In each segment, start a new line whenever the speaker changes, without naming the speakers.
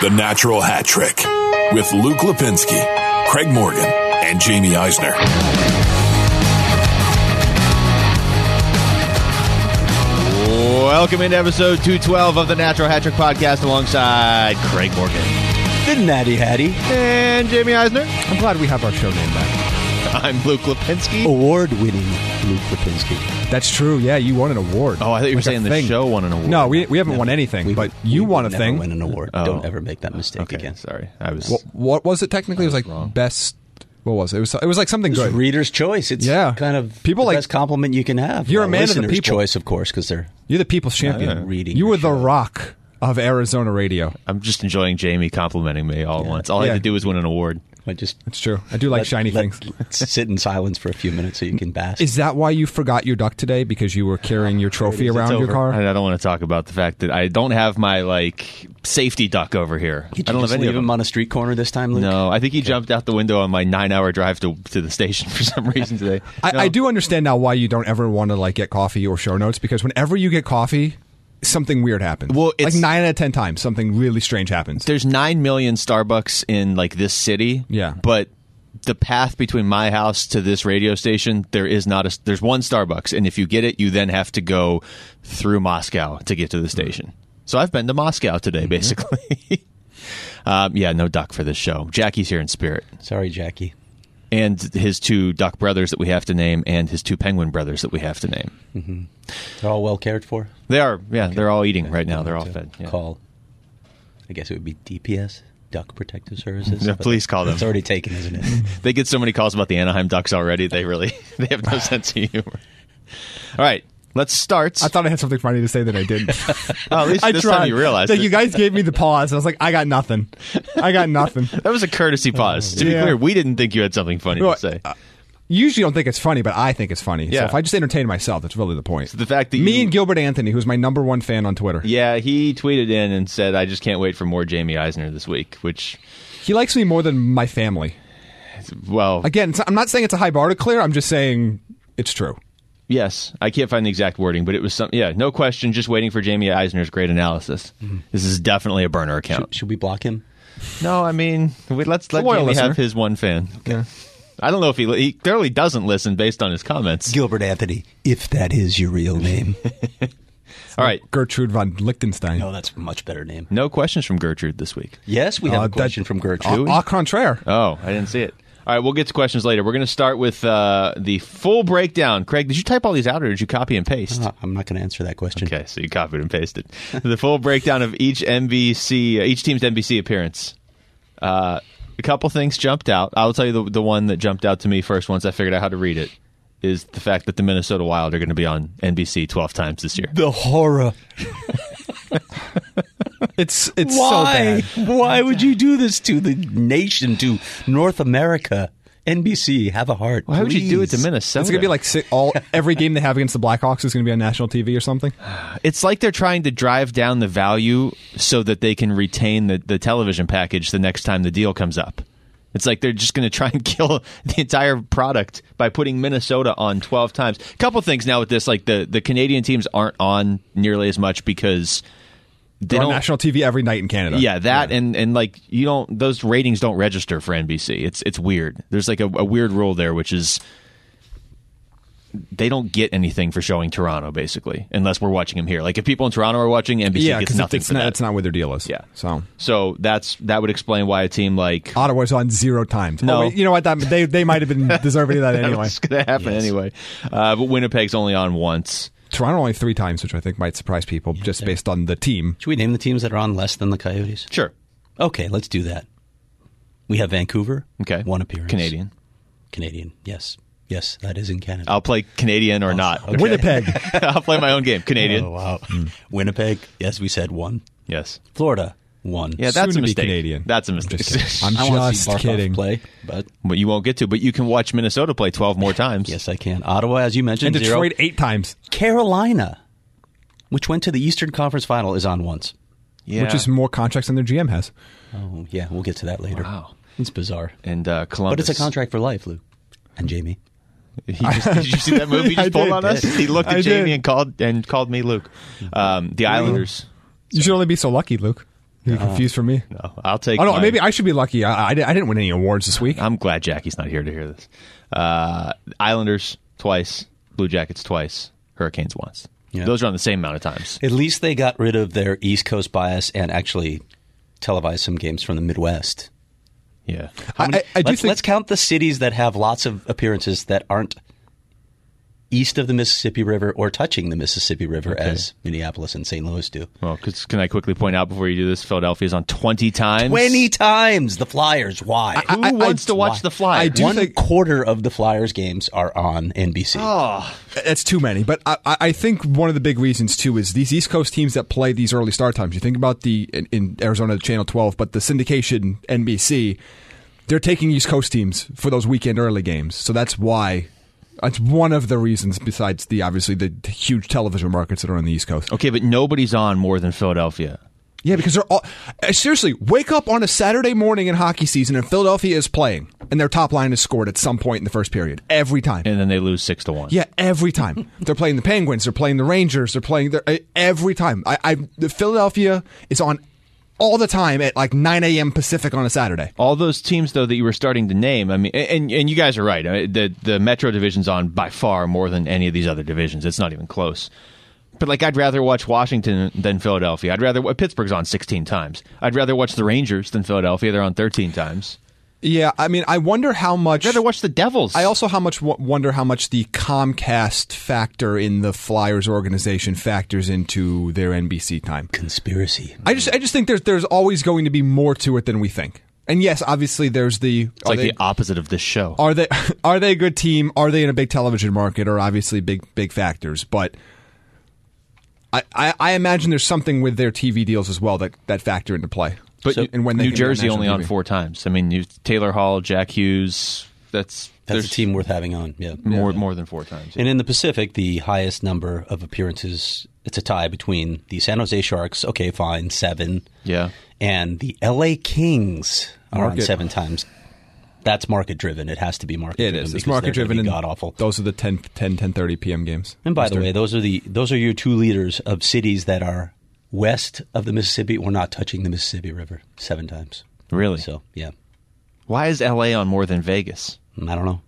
The Natural Hat Trick with Luke Lipinski, Craig Morgan, and Jamie Eisner.
Welcome into episode 212 of the Natural Hat Trick Podcast alongside Craig Morgan
The Natty Hattie.
and Jamie Eisner.
I'm glad we have our show name back.
I'm Luke Lipinski.
Oh,
Award winning Luke Lipinski.
That's true. Yeah, you won an award.
Oh, I thought you were
Like a
saying the
thing.
show won an award.
No, we, we haven't won anything, but you won a
never
thing. Oh.
Win an award. Don't ever make that mistake
Okay,
again.
sorry. I was.
What, what was it technically? It was like best. What was it? It was, it was like something good.
Reader's choice. It's
Yeah.
kind of
People
the
like-
best compliment you can have.
You're a
Uh,
man of the
listener's
people.
choice, of course, because they're
You're the people's champion.
reading
You
your
were the
show.
rock of Arizona radio.
I'm just enjoying Jamie complimenting me all at once. All I
Yeah.
had to do was win an award.
I just
It's true. I do like
let-
shiny
let-
things.
Let's sit in silence for a few minutes so you can bask.
Is that why you forgot your duck today? Because you were carrying your trophy
It's
around your
over.
car?
And I don't want to talk about the fact that I don't have my like safety duck over here.
Did
I
you
don't
just
have any of
leave
them.
him on a street corner this time, Luke?
No, I think he jumped out the window on my nine-hour drive to to the station for some reason today.
I,
No.
I do understand now why you don't ever want to like get coffee or show notes because whenever you get coffee, something weird happens.
Well,
like
it's-
nine out of ten times, something really strange happens.
There's nine million Starbucks in like this city.
Yeah.
but the path between my house to this radio station, there is not a. There's one Starbucks, and if you get it, you then have to go through Moscow to get to the station. So I've been to Moscow today, basically. um, yeah, no duck for this show. Jackie's here in spirit,
Sorry, Jackie.
and his two duck brothers that we have to name, and his two penguin brothers that we have to name.
They're all well cared for.
They are, yeah, they're all eating right now. They're all
To
fed. Yeah.
Call. I guess it would be DPS, Duck Protective Services.
Yeah,
but
please call them.
It's already taken, isn't it?
They get so many calls about the Anaheim Ducks already. They really they have no sense of humor. All right, let's start.
I thought I had something funny to say that I didn't.
oh, at least
I
this
tried.
time you realized
Like,
it.
you guys gave me the pause, and I was like, I got nothing. I got nothing.
that was a courtesy pause. To be
Oh, Yeah. Uh,
clear, we didn't think you had something funny
Well,
to say.
You usually don't think it's funny, but I think it's funny. So
Yeah.
if I just entertain myself, that's really the point.
the fact that
me
you-
and Gilbert Anthony, who's my number one fan on Twitter,
yeah, he tweeted in and said, "I just can't wait for more Jamie Eisner this week." Which,
he likes me more than my family.
well,
Again, it's- I'm not saying it's a high bar to clear. I'm just saying it's true.
yes, I can't find the exact wording, but it was some. Yeah, no question. Just waiting for Jamie Eisner's great analysis.
Mm-hmm.
This is definitely a burner account.
Should we block him?
No, I mean, we, let's let
Loyal
Jamie
listener.
have his one fan. I don't know if he he clearly doesn't listen based on his comments.
Gilbert Anthony, if that is your real name.
All right,
Gertrude von Lichtenstein.
no, that's a much better name.
No questions from Gertrude this week.
Yes, we have
Uh,
a
that-
question from Gertrude.
Au, au contraire.
Oh, I didn't see it. All right, we'll get to questions later. We're going to start with uh, the full breakdown. Craig, did you type all these out or did you copy and paste?
Uh, I'm not going to answer that question.
Okay, so you copied and pasted the full breakdown of each NBC, uh, each team's NBC appearance. Uh, a couple things jumped out. I'll tell you the, the one that jumped out to me first once I figured out how to read it is the fact that the Minnesota Wild are going to be on NBC 12 times this year.
The horror.
It's it's
Why?
so bad.
Why would you do this to the nation, to North America? NBC, have a heart.
Why would you do it to
please.
Minnesota?
It's gonna be like si- all every game they have against the Blackhawks is gonna be on national TV or something.
It's like they're trying to drive down the value so that they can retain the, the television package the next time the deal comes up. It's like they're just going to try and kill the entire product by putting Minnesota on 12 times. couple things now with this like the, the Canadian teams aren't on nearly as much because they
They're on
don't
national TV every night in Canada.
yeah, that and and like you don't those ratings don't register for NBC. It's it's weird. There's like a, a weird rule there, which is they don't get anything for showing Toronto basically, unless we're watching them here. Like if people in Toronto are watching, NBC
yeah,
gets
because
nothing
it's
for
not
that.
it's not where their deal is.
yeah,
so
so that's that would explain why a team like
Ottawa's on zero times.
No.
Oh, wait, you know what? That, they they might have been deserving of that anyway.
it's going to happen anyway. Uh, but Winnipeg's only on once.
Toronto only three times, which I think might surprise people just based on the team.
Should we name the teams that are on less than the Coyotes?
Sure,
Okay, let's do that. We have Vancouver.
okay,
One appearance.
Canadian.
Canadian, yes. Yes, that is in Canada.
I'll play Canadian
Oh,
or not.
Winnipeg, Mm.
I'll play my own game. Canadian.
Oh, wow. Winnipeg, yes, we said one.
Yes.
Florida, one.
Yeah, that's
Soon to
a
be
mistake.
Canadian.
That's a mistake.
I'm
I want to
just
see Barkov
kidding.
play, but
but you won't get to. But you can watch Minnesota play 12 more times.
yes, I can. Ottawa, as you mentioned,
And Detroit
zero.
eight times,
Carolina, which went to the Eastern Conference Final, is on once.
Yeah.
which is more contracts than their GM has.
Oh, yeah, we'll get to that later.
Wow.
It's bizarre.
and uh, Columbus.
But it's a contract for life, Lou. And Jamie.
He just, did you see that movie? He
I
just pulled
did.
on us. He looked at
I
Jamie
did.
and called and called me Luke. Um, the Islanders.
You should only be so lucky, Luke. You confused for me?
No, I'll take.
Oh no,
my-
maybe I should be lucky. I, I, di- I didn't win any awards this week.
I'm glad Jackie's not here to hear this. Uh, Islanders twice, Blue Jackets twice, Hurricanes once.
Yeah.
Those are on the same amount of times.
At least they got rid of their East Coast bias and actually televised some games from the Midwest.
Yeah.
I, I, I do
let's,
think
let's count the cities that have lots of appearances that aren't east of the Mississippi River or touching the Mississippi River as Minneapolis and St. Louis do.
Well, 'cause- can I quickly point out before you do this? Philadelphia's on 20 times.
20 times the Flyers. Why?
Who
I- I-
wants to watch
why?
the Flyers?
I do
One
think- Ah.
quarter of the Flyers games are on NBC.
That's too many. But I, I- I think one of the big reasons too is these East Coast teams that play these early start times. You think about the in, in Arizona Channel 12, but the syndication NBC, they're taking East Coast teams for those weekend early games. So that's why. That's one of the reasons, besides the obviously the huge television markets that are on the East Coast.
Okay, but nobody's on more than Philadelphia.
Yeah, because they're all uh, seriously wake up on a Saturday morning in hockey season, and Philadelphia is playing, and their top line is scored at some point in the first period every time.
And then they lose 6 to 1.
Yeah, every time they're playing the Penguins, they're playing the Rangers, they're playing the, uh, every time. I, I the Philadelphia is on all the time at like 9 a.m. Pacific on a Saturday.
All those teams, though, that you were starting to name, I mean, and and you guys are right. I mean, the the Metro division's on by far more than any of these other divisions. It's not even close. But like, I'd rather watch Washington than Philadelphia. I'd rather Pittsburgh's on 16 times. I'd rather watch the Rangers than Philadelphia. They're on 13 times.
Yeah, I mean, I wonder how much.
I'd rather watch the Devils.
I also how much w- wonder how much the Comcast factor in the Flyers organization factors into their NBC time.
Conspiracy.
I just I just think there's there's always going to be more to it than we think. And yes, obviously there's the
it's like the opposite of this show.
are they are they a good team? Are they in a big television market? Are obviously big big factors, but I, I, I imagine there's something with their TV deals as well that, that factor into play.
But
So- and when they
New
can be on
Jersey
national
only on
TV.
four times. I mean, you, Taylor Hall, Jack Hughes. That's
That's
there's
a team worth having on. Yeah.
more more than four times.
And in the Pacific, the highest number of appearances, it's a tie between the San Jose Sharks, okay, fine, seven.
Yeah.
And the LA Kings are on
Market.
seven times. That's market driven. It has to be market
It
driven.
is. It's
because they're
market driven
gonna
and
be god awful.
Those are the 10, 10, 10:30 p.m. games.
And by the
Mr.
way, those are the those are your two leaders of cities that are west of the Mississippi or not touching the Mississippi River seven times.
Really?
So yeah.
Why is L.A. on more than Vegas?
And I don't know.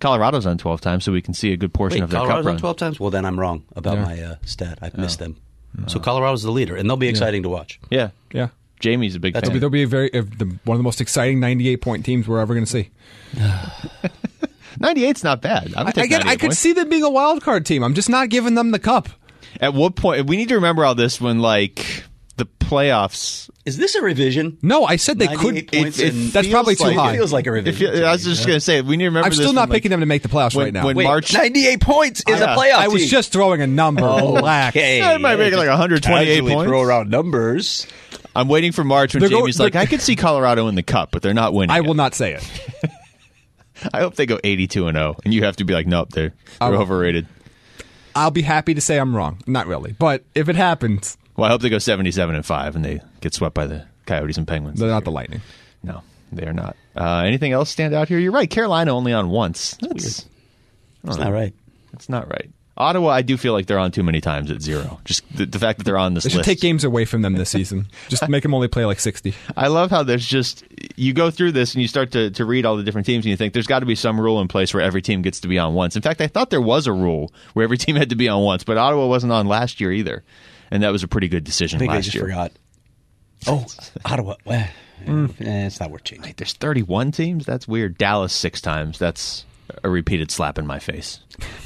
Colorado's on 12 times, so we can see a good portion
Wait,
of their
Colorado's
cup
on
run.
twelve times? Well then I'm wrong about my uh, stat. I missed them. So Colorado's the leader, and they'll be exciting to watch.
Yeah.
yeah,
Jamie's a big
they'll
fan.
be, they'll be a very uh, the, one of the most exciting 98 point teams we're ever going to see.
98's not bad. I, would
I,
take
again, I
98
could
points.
see them being a wild card team. I'm just not giving them the cup.
At what point we need to remember all this when like the playoffs?
Is this a revision?
No, I said they
98
could.
points
it-
and-
that's probably too
feels like-
high.
It feels like a
If
revision.
you, I was just gonna say we need to remember.
I'm still
this
not
when, like,
picking them to make the playoffs
when-
right now.
when March.
Ninety-eight points is
I-
a playoff.
I was
team.
just throwing a number. Relax.
Okay.
Yeah, it might make it like 128
Casually
points.
Throw around numbers.
I'm waiting for March when
They're going-
Jamie's like,
they're-
I could see Colorado in the cup, but they're not winning.
I
it."
will not say it.
I hope they go 82 and 0, and you have to be like, nope, they're they're
will.
overrated.
I'll be happy to say I'm wrong. Not really, but if it happens,
Well, I hope they go 77 and 5, and they get swept by the Coyotes and Penguins.
they're not the Lightning.
No, they are not. Uh, anything else stand out here? You're right. Carolina only on once. That's
That's not right.
That's not right. Ottawa, I do feel like they're on too many times at zero. Just the, the fact that they're on this
They should
list.
take games away from them this season. Just make them only play like 60.
I love how there's just you go through this and you start to, to read all the different teams and you think there's got to be some rule in place where every team gets to be on once. In fact, I thought there was a rule where every team had to be on once, but Ottawa wasn't on last year either, and that was a pretty good decision
I think I
last
just
year.
forgot. Oh, Ottawa. Eh, eh, it's not worth changing.
There's 31 teams. That's weird. Dallas six times. That's a repeated slap in my face.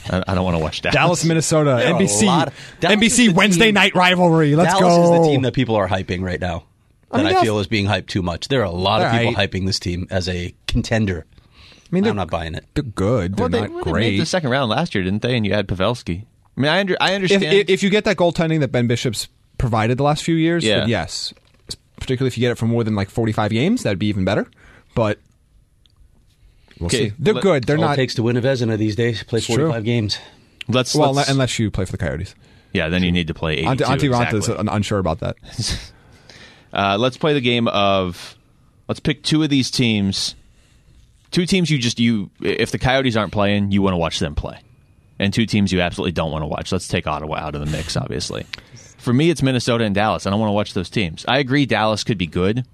I, I don't want to watch Dallas.
Dallas, Minnesota,
There are a
NBC,
lot of- Dallas is
NBC
the
Wednesday
team-
night rivalry. Let's
Dallas
go.
is the team that people are hyping right now. That I,
mean, that's-
feel is being hyped too much. There are a lot of people
Alright.
hyping this team as a contender.
I mean, they're,
I'm not buying it.
they're good. They're
Well, they,
not
well, they made
great.
the second round last year, didn't they? And you had Pavelski. I mean, I, under, I
if,
understand.
if, if you get that goaltending that Ben Bishop's provided the last few years,
Yeah.
then yes. Particularly if you get it for more than like 45 games, that'd be even better. But we'll
Okay,
see. They're
let-
good. They're
All it
not.
takes to win a Vezina these days. Play
true.
45 games.
let's,
well,
let's-
unless you play for the Coyotes.
yeah, then you need to play 82.
Auntie, Auntie
exactly.
Ronta's un- unsure about that.
Uh, let's play the game of let's pick two of these teams. Two teams you just you if the Coyotes aren't playing, you want to watch them play. And two teams you absolutely don't want to watch. Let's take Ottawa out of the mix, obviously. for me, it's Minnesota and Dallas. I don't want to watch those teams. I agree, Dallas could be good.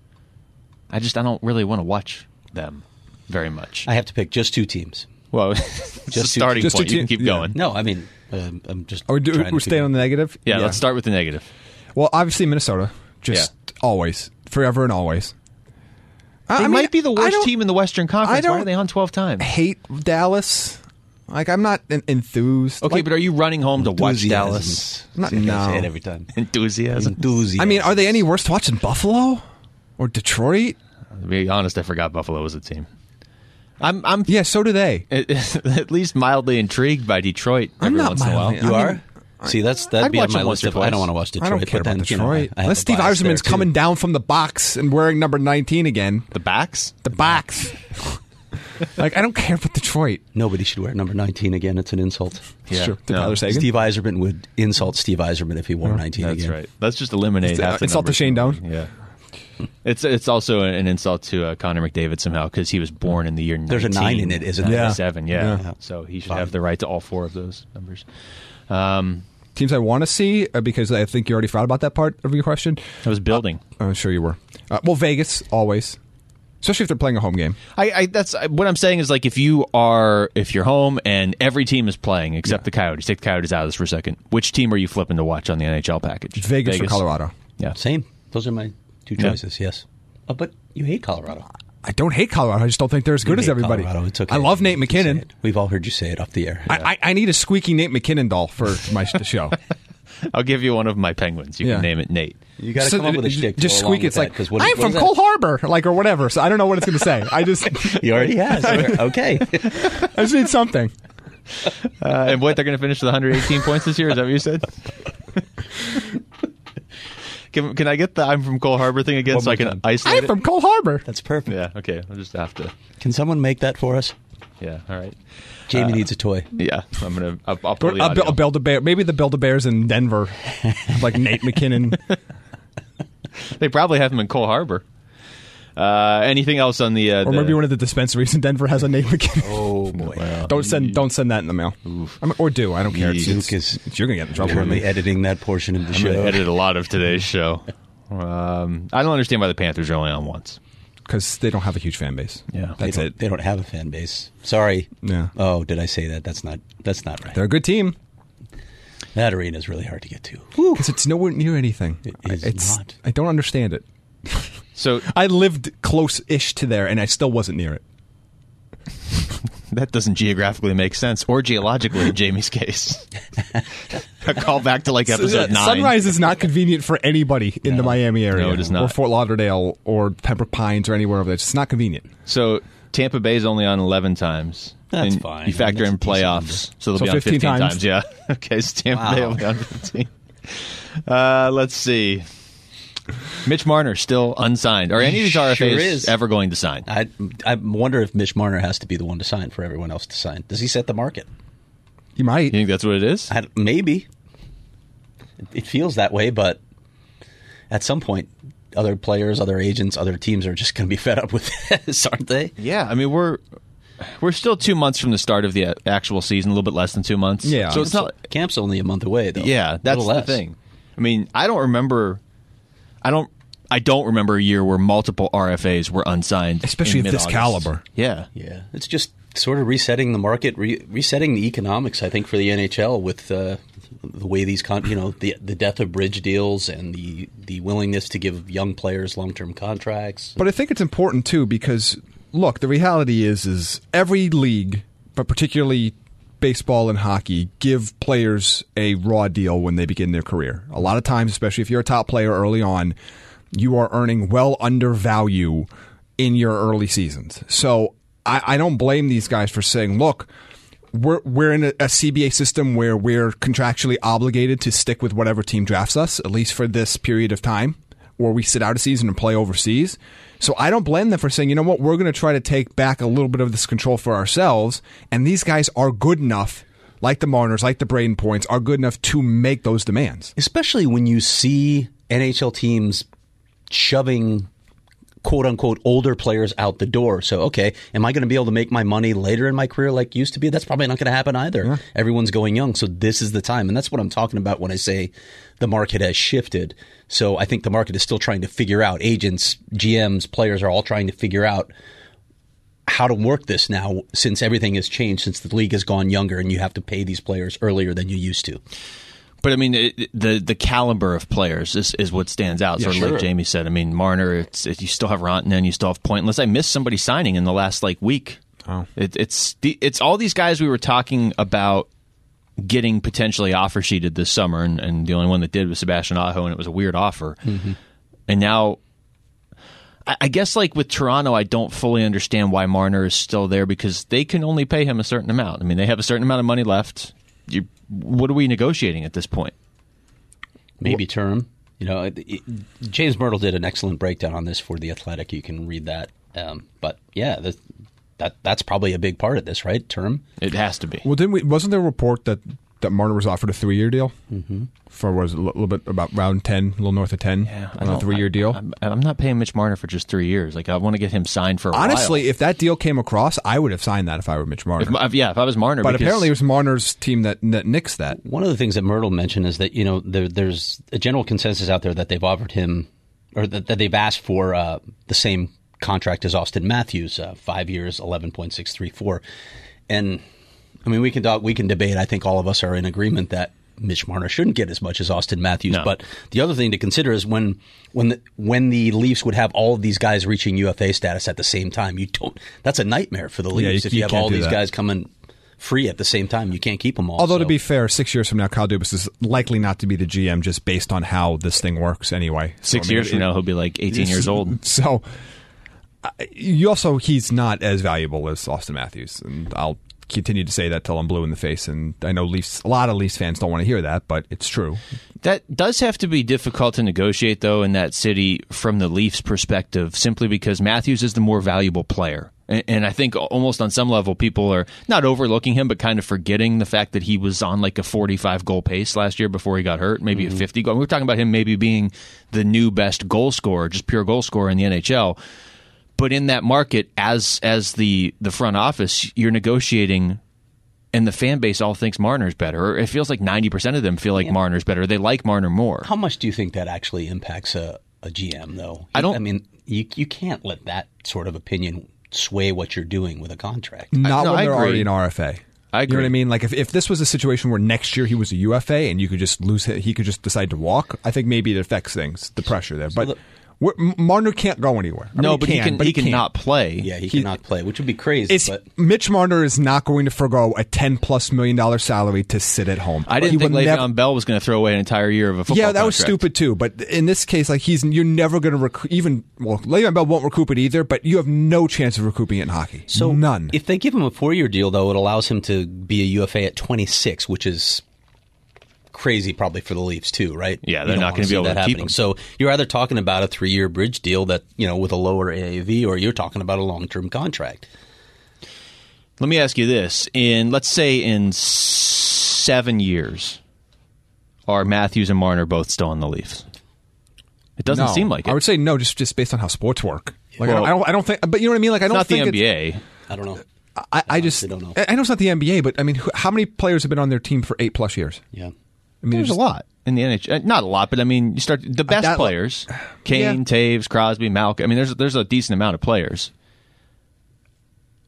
I just I don't really want to watch them very much.
I have to pick just two teams.
well, it's
Just
just
two-
starting
just two
point. you can
teams,
keep
yeah.
going.
No, I mean, um, I'm just.
Are we do,
trying to
we're staying
figure-
on the negative?
Yeah, let's start with the negative.
Well, obviously Minnesota, just always, forever and always.
They
I, I mean,
might be the
I
worst
don't
team in the Western Conference. Why
don't-
are they on twelve times?
Hate Dallas. Like I'm not en- enthused.
Okay,
Like,
but are you running home to watch
Enthusiasm.
Dallas?
Not
See, I gotta
now.
say it every time.
Enthusiasm.
Enthusiasm.
I mean, are they any worse to watch than Buffalo or Detroit?
To be honest, I forgot Buffalo was a team. I'm I'm
Yeah, so do they.
at least mildly intrigued by Detroit every
I'm not
once in a while.
mildly-
You
I
are.
mean,
See, that's that'd
I'd
be
watch
on my
it once
list
or
of. I don't
twice.
want to watch Detroit.
I don't care
but then,
about
you know,
Detroit.
I- I have
Unless
a
Steve
bias
Eiserman's
there, too.
coming down from the box and wearing number 19 again.
The backs?
The box. like I don't care about Detroit.
Nobody should wear number 19 again. It's an insult.
It's
Yeah.
true. To
No.
Tyler Sagan.
Steve Eiserman would insult Steve Eiserman if he
Oh,
wore 19
That's
again.
right. Let's just eliminate
It's, uh,
half the
insult to
numbers.
Shane Doan.
Yeah. It's it's also an insult to uh, Connor McDavid somehow because he was born in the year. 19,
There's a nine in it, isn't there?
Yeah.
Seven, yeah.
Yeah.
So he should have the right to all four of those numbers. Um,
Teams I want to see uh, because I think you already forgot about that part of your question.
I was building.
I'm sure you were. Uh, well, Vegas always, especially if they're playing a home game.
I, I that's I, what I'm saying is like if you are if you're home and every team is playing except the Coyotes. Take the Coyotes out of this for a second. Which team are you flipping to watch on the NHL package?
Vegas, or Colorado.
Yeah.
Same. Those are my two
Yeah.
choices. Yes. Uh, but you hate Colorado.
I don't hate Colorado. I just don't think they're as good
You
as
hate
everybody.
Colorado. It's okay.
I love Nate
You can say
McKinnon.
it. We've all heard you say it off the air. Yeah.
I, I, I need a squeaky Nate McKinnon doll for my sh- show.
I'll give you one of my penguins. You
Yeah.
can name it Nate.
you got to
So
come up with a
j-
shtick. to
Just
go along
squeak.
with
It's like
that, 'cause what-
I'm
what
from
is that?
Cole Harbor, like or whatever. So I don't know what it's going to say. I just,
He already has. okay.
I just need something.
Uh, and what they're going to finish with 118 points this year? Is that what you said? can, can I get the I'm from Cole Harbor thing again so I can isolate
I'm
it?
from Cole Harbor.
That's perfect.
yeah. Okay. I'll just have to.
Can someone make that for us?
Yeah. All right.
Jamie
Uh,
needs a toy.
Yeah. I'm gonna. I'll, I'll
Or
pull the
a,
audio.
a build a bear. Maybe the build a bears in Denver, like Nate McKinnon.
They probably have them in Cole Harbor. Uh, anything else on the? Uh,
or
the-
maybe one of the dispensaries in Denver has a Nate McKinnon.
Oh boy.
Don't send don't send that in the mail. I mean, or do I don't care. It's,
Duke
it's-
is
you're gonna get in trouble. with
currently
me.
editing that portion of the
I'm gonna
show.
edit a lot of today's show. Um, I don't understand why the Panthers are only on once.
because they don't have a huge fan base.
Yeah.
They
that's
don't-
it.
They don't have a fan base. Sorry.
Yeah.
Oh, did I say that? That's not. That's not right.
They're a good team
That arena is really hard to get to.
because it's nowhere near anything.
It is
it's
not.
I don't understand it.
So
I lived close-ish to there, and I still wasn't near it.
That doesn't geographically make sense, or geologically in Jamie's case. A call back to like episode nine.
Sunrise is not convenient for anybody in the Miami area.
No, it is not.
Or Fort Lauderdale, or Pembroke Pines, or anywhere of that. It's just not convenient.
So Tampa Bay's only on eleven times.
That's
And
fine.
You factor
That's
in
a decent
playoffs, so they'll
So
be on
15
fifteen times.
times.
Yeah. okay, so Tampa Bay
Wow.
will be on fifteen. Uh, let's see. Mitch Marner still unsigned. Are any of these
Sure
RFAs
is.
ever going to sign?
I I wonder if Mitch Marner has to be the one to sign for everyone else to sign. Does he set the market?
You might.
You think that's what it is?
I, maybe. It- It feels that way, but at some point, other players, other agents, other teams are just going to be fed up with this, aren't they?
Yeah, I mean we're we're still two months from the start of the a- actual season, a little bit less than two months.
Yeah.
so it's not
Camp's only a month away, though.
Yeah, that's
Little
the
less.
thing. I mean, I don't remember. I don't. I don't remember a year where multiple RFAs were unsigned,
Especially
in
of this
mid-August.
caliber.
Yeah,
Yeah, it's just sort of resetting the market, re- resetting the economics. I think for the NHL with uh, the way these, con- you know, the the death of bridge deals and the the willingness to give young players long term contracts.
But I think it's important too because look, the reality is is every league, but particularly baseball and hockey, give players a raw deal when they begin their career. A lot of times, especially if you're a top player early on, you are earning well under value in your early seasons. So I, I don't blame these guys for saying, look, we're we're in a, a CBA system where we're contractually obligated to stick with whatever team drafts us, at least for this period of time, or we sit out a season and play overseas. So I don't blame them for saying, you know what, we're going to try to take back a little bit of this control for ourselves. And these guys are good enough, like the Mariners, like the Braden Points, are good enough to make those demands.
especially when you see NHL teams shoving quote unquote older players out the door. So, okay, am I going to be able to make my money later in my career like used to be? That's probably not going to happen either. Everyone's going young, so this is the time. And that's what I'm talking about when I say the market has shifted. So, I think the market is still trying to figure out. Agents, GMs, players are all trying to figure out how to work this now since everything has changed, since the league has gone younger and you have to pay these players earlier than you used to.
But I mean, it, the the caliber of players is, is what stands out. sort of
sure.
like Jamie said. I mean, Marner. It's it, you still have Rantanen. You still have Pointless. I missed somebody signing in the last like week. Oh, it, it's the, it's all these guys we were talking about getting potentially offer sheeted this summer, and, and the only one that did was Sebastian Aho, and it was a weird offer. And now, I, I guess like with Toronto, I don't fully understand why Marner is still there because they can only pay him a certain amount. I mean, they have a certain amount of money left. You, what are we negotiating at this point?
maybe term. You know, it- it- James Myrtle did an excellent breakdown on this for the Athletic. You can read that. Um, but yeah, that, that that's probably a big part of this, right? Term.
It has to be.
Well, didn't we? Wasn't there a report that that Marner was offered a three year deal mm-hmm. for what was it, a little bit about round ten, a little north of ten on a
don't-
three year deal?
I'm, I'm not paying Mitch Marner for just three years. Like I want to get him signed for a
Honestly,
while.
if that deal came across, I would have signed that if I were Mitch Marner.
If- yeah, if I was Marner,
but
because-
apparently, it was Marner's team that, that nixed that.
One of the things that Myrtle mentioned is that you know there, there's a general consensus out there that they've offered him or that, that they've asked for uh, the same contract as Austin Matthews, uh, five years, eleven point six three four, and I mean we can talk, we can debate. I think all of us are in agreement that Mitch Marner shouldn't get as much as Austin Matthews.
No.
But the other thing to consider is when when the, when the Leafs would have all of these guys reaching UFA status at the same time. You don't. That's a nightmare for the Leafs
you-
if you,
you
have
can't
all
do
these
that.
guys coming. Free at the same time, you can't keep them all.
Although to
so-
be fair, six years from now, Kyle Dubas is likely not to be the GM just based on how this thing works anyway. So,
six
I mean,
years from now he'll be like 18 years old.
So I- you also he's not as valuable as Austin Matthews, and I'll continue to say that till I'm blue in the face. And I know Leafs, a lot of Leafs fans don't want to hear that, but it's true.
That does have to be difficult to negotiate, though, in that city from the Leafs' perspective, simply because Matthews is the more valuable player. And, and I think almost on some level, people are not overlooking him, but kind of forgetting the fact that he was on like a 45 goal pace last year before he got hurt, maybe
Mm-hmm.
a 50 goal. We were talking about him maybe being the new best goal scorer, just pure goal scorer in the NHL but in that market as as the the front office you're negotiating and the fan base all thinks Marner's better. Or It feels like 90% of them feel like Marner's better. They like Marner more.
How much do you think that actually impacts a, a GM, though?
I don't-
I mean, you you can't let that sort of opinion sway what you're doing with a contract.
Not
no,
when
I
they're
agree.
already an RFA.
I
You know what
agree.
I mean? Like if, if this was a situation where next year he was a UFA and you could just lose, he could just decide to walk. I think maybe it affects things, the pressure there. But
the-
we're, Marner can't go anywhere. I mean,
no, but he can
but
he, can
can't.
not play.
Yeah, he,
He-
cannot play, which would be crazy.
It's
but
Mitch Marner is not going to forego a ten plus million dollar salary to sit at home.
I didn't
He
think
will
Le'Veon
never-
Bell was going to throw away an entire year of a football
Yeah, that was
contract.
stupid too. But in this case, like he's you're never going to rec- even well, Le'Veon Bell won't recoup it either. But you have no chance of recouping it in hockey.
so
none.
If they give him a four year deal, though, it allows him to be a UFA at 26, which is crazy probably for the Leafs too, right?
Yeah,
You
they're
don't
not
wanna
gonna be
see
able
that
to keep
happening.
him.
So you're either talking about a three year bridge deal that you know with a lower AAV, or you're talking about a long term contract.
Let me ask you this. In let's say in 7 years are Matthews and Marner both still on the Leafs? It doesn't
No.
seem like it.
I would say no, just just based on how sports work. Like
Well-
I, don't, I don't think, but you know what I mean. Like I don't
not the
think it's-
NBA.
I don't know.
I, I just
honestly don't know.
I I know it's not the NBA, but I mean, who, how many players have been on their team for eight plus years?
Yeah.
I mean,
There's a
just-
lot in the NHL. Uh, Not a lot, but I mean, you start the best
that-
players: Kane,
Yeah.
Taves, Crosby, Malkin. I mean, there's there's a decent amount of players.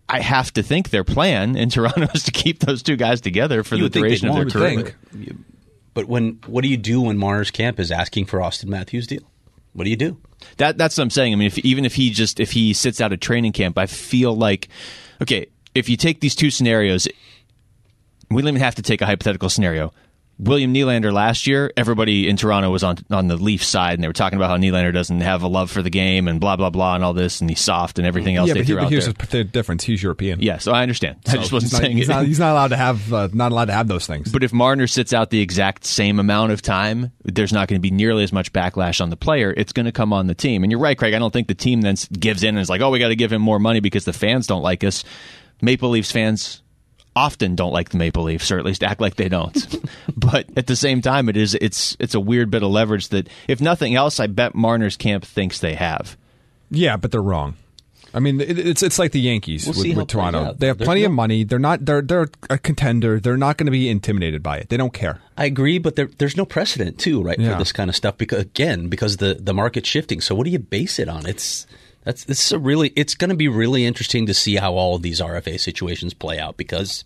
I have to think their plan in Toronto is to keep those two guys together for
You
the
would think they'd
duration of their
want to,
career.
think.
But when what do you do when Marner's camp is asking for Austin Matthews deal? What do you do?
That that's what I'm saying. I mean, if, even if he just if he sits out of training camp, I feel like okay. If you take these two scenarios, we don't even have to take a hypothetical scenario. William Nylander last year, everybody in Toronto was on on the Leaf side, and they were talking about how Nylander doesn't have a love for the game and blah blah blah and all this, and he's soft and everything else
Mm-hmm. Yeah,
they
but, he,
threw
but
out
here's
there.
the difference: he's European.
yeah, so I understand. I just wasn't
he's not,
saying
he's
it.
not, he's not allowed to have uh, not allowed to have those things.
But if Marner sits out the exact same amount of time, there's not going to be nearly as much backlash on the player. It's going to come on the team. And you're right, Craig. I don't think the team then s- gives in and is like, oh, we got to give him more money because the fans don't like us. Maple Leafs fans often don't like the Maple Leafs, or at least act like they don't. but at the same time, it is it's it's a weird bit of leverage that, if nothing else, I bet Marner's camp thinks they have.
Yeah, but they're wrong. I mean, it, it's it's like the Yankees
We'll see
with,
how
with
it plays
Toronto.
out.
They have
There's
plenty of
no-
money. They're not. They're they're a contender. They're not going to be intimidated by it. They don't care.
I agree, but there, there's no precedent too, right,
Yeah.
for this kind of stuff. Because again, because the the market's shifting. So what do you base it on? It's that's this is a really it's going to be really interesting to see how all of these RFA situations play out because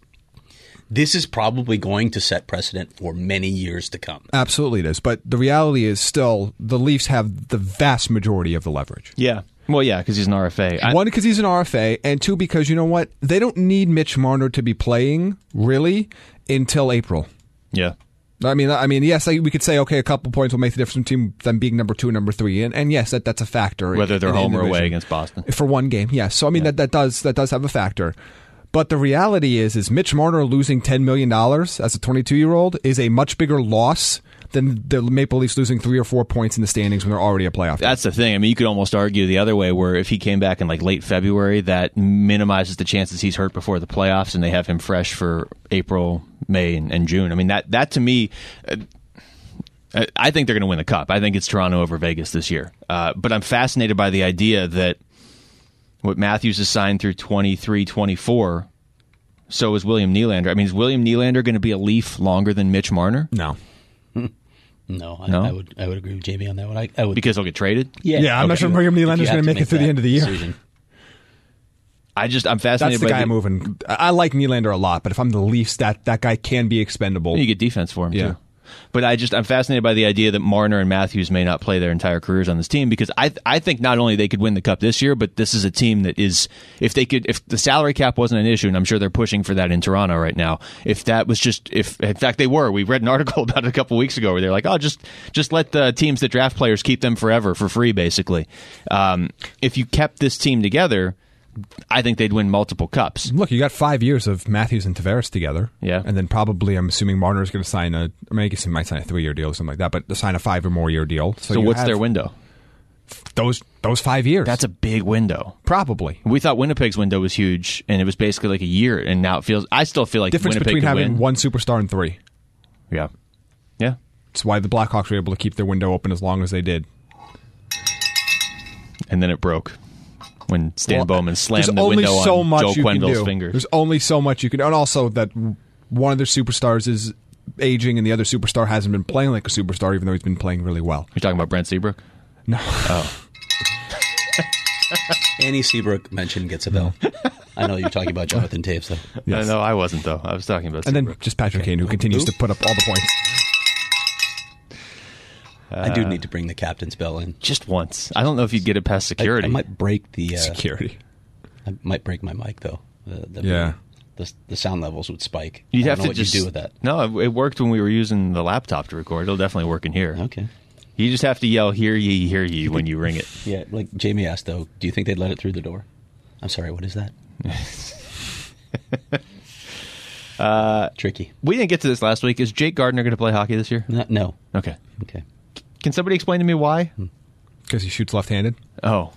this is probably going to set precedent for many years to come.
Absolutely, it is. But the reality is still the Leafs have the vast majority of the leverage.
Yeah. Well, yeah, because he's an RFA. I-
One, because he's an RFA, and two, because you know what? They don't need Mitch Marner to be playing really until April.
yeah.
I mean, I mean, yes, I, we could say okay, a couple points will make the difference between them being number two and number three, and, and yes, that that's a factor. in-
Whether they're
in- in
home
the
or away
division.
against Boston.
for one game. Yes, so I mean that, that does that does have a factor. But the reality is, is Mitch Marner losing ten million dollars as a twenty-two-year-old is a much bigger loss than the Maple Leafs losing three or four points in the standings when they're already a playoff.
That's the thing. I mean, you could almost argue the other way, where if he came back in like late February, that minimizes the chances he's hurt before the playoffs, and they have him fresh for April, May, and, and June. I mean, that that to me, uh, I- I think they're going to win the cup. I think it's Toronto over Vegas this year. Uh, but I'm fascinated by the idea that what Matthews has signed through 23, 24. So is William Nylander. I mean, is William Nylander going to be a Leaf longer than Mitch Marner?
no.
No, I,
No?
I would I would agree with Jamie on that one. I, I would
Because he'll get traded.
Yeah, I'm not sure William
If you
Nylander's
have
gonna
to
make it through the
that
end of the year.
decision.
I just I'm
That's
fascinated
the
by
guy I'm moving. I I like Nylander a lot, but if I'm the Leafs, that that guy can be expendable.
You get defense for him
Yeah.
too. But I just I'm fascinated by the idea that Marner and Matthews may not play their entire careers on this team because I I think not only they could win the cup this year, but this is a team that is if they could if the salary cap wasn't an issue, and I'm sure they're pushing for that in Toronto right now. If that was just if in fact they were, we read an article about it a couple weeks ago where they're like, oh, just just let the teams that draft players keep them forever for free, basically. Um, if you kept this team together, I think they'd win multiple cups.
Look, you got five years of Matthews and Tavares together.
Yeah.
And then probably, I'm assuming Marner's going to sign a, I mean, I guess he might sign a three year deal or something like that, but sign a five or more year deal. So,
So
you
what's
have
their window?
Those, those five years.
That's a big window.
probably.
We thought Winnipeg's window was huge, and it was basically like a year. And now it feels. I still feel like
Difference
Winnipeg
between
could
having
win.
one superstar and three.
Yeah, yeah.
It's why the Blackhawks were able to keep their window open as long as they did.
And then it broke when Stan Bowman slammed
There's
the
only
window
so
on
much
Joe
you can
Quenville's
do.
finger.
There's only so much you can, and also that one of their superstars is aging, and the other superstar hasn't been playing like a superstar, even though he's been playing really well.
You're talking about Brent Seabrook.
No,
Any Seabrook mention gets a bell. I know you're talking about Jonathan Taves though.
Yes.
No, I wasn't though. I was talking about.
and then
Seabrook.
just Patrick Kane, who continues to put up all the points.
I do need to bring the captain's bell in.
just once. I don't know if you'd get it past
I-
security.
I, might break the. Uh,
Security.
I might break my mic though. The, the,
Yeah.
The, the sound levels would spike.
You'd
I
have
don't know
to
what
just
you do with that.
No, it it worked when we were using the laptop to record. It'll definitely work in here.
Okay.
You just have to yell "Hear ye, hear ye" when you ring it.
Yeah, like Jamie asked though. Do you think they'd let it through the door? I'm sorry. What is that? uh, Tricky.
We didn't get to this last week. Is Jake Gardner going to play hockey this year?
Hmm.
No, no.
Okay.
Okay.
Can somebody explain to me why?
Hmm. Because he shoots left handed.
Oh,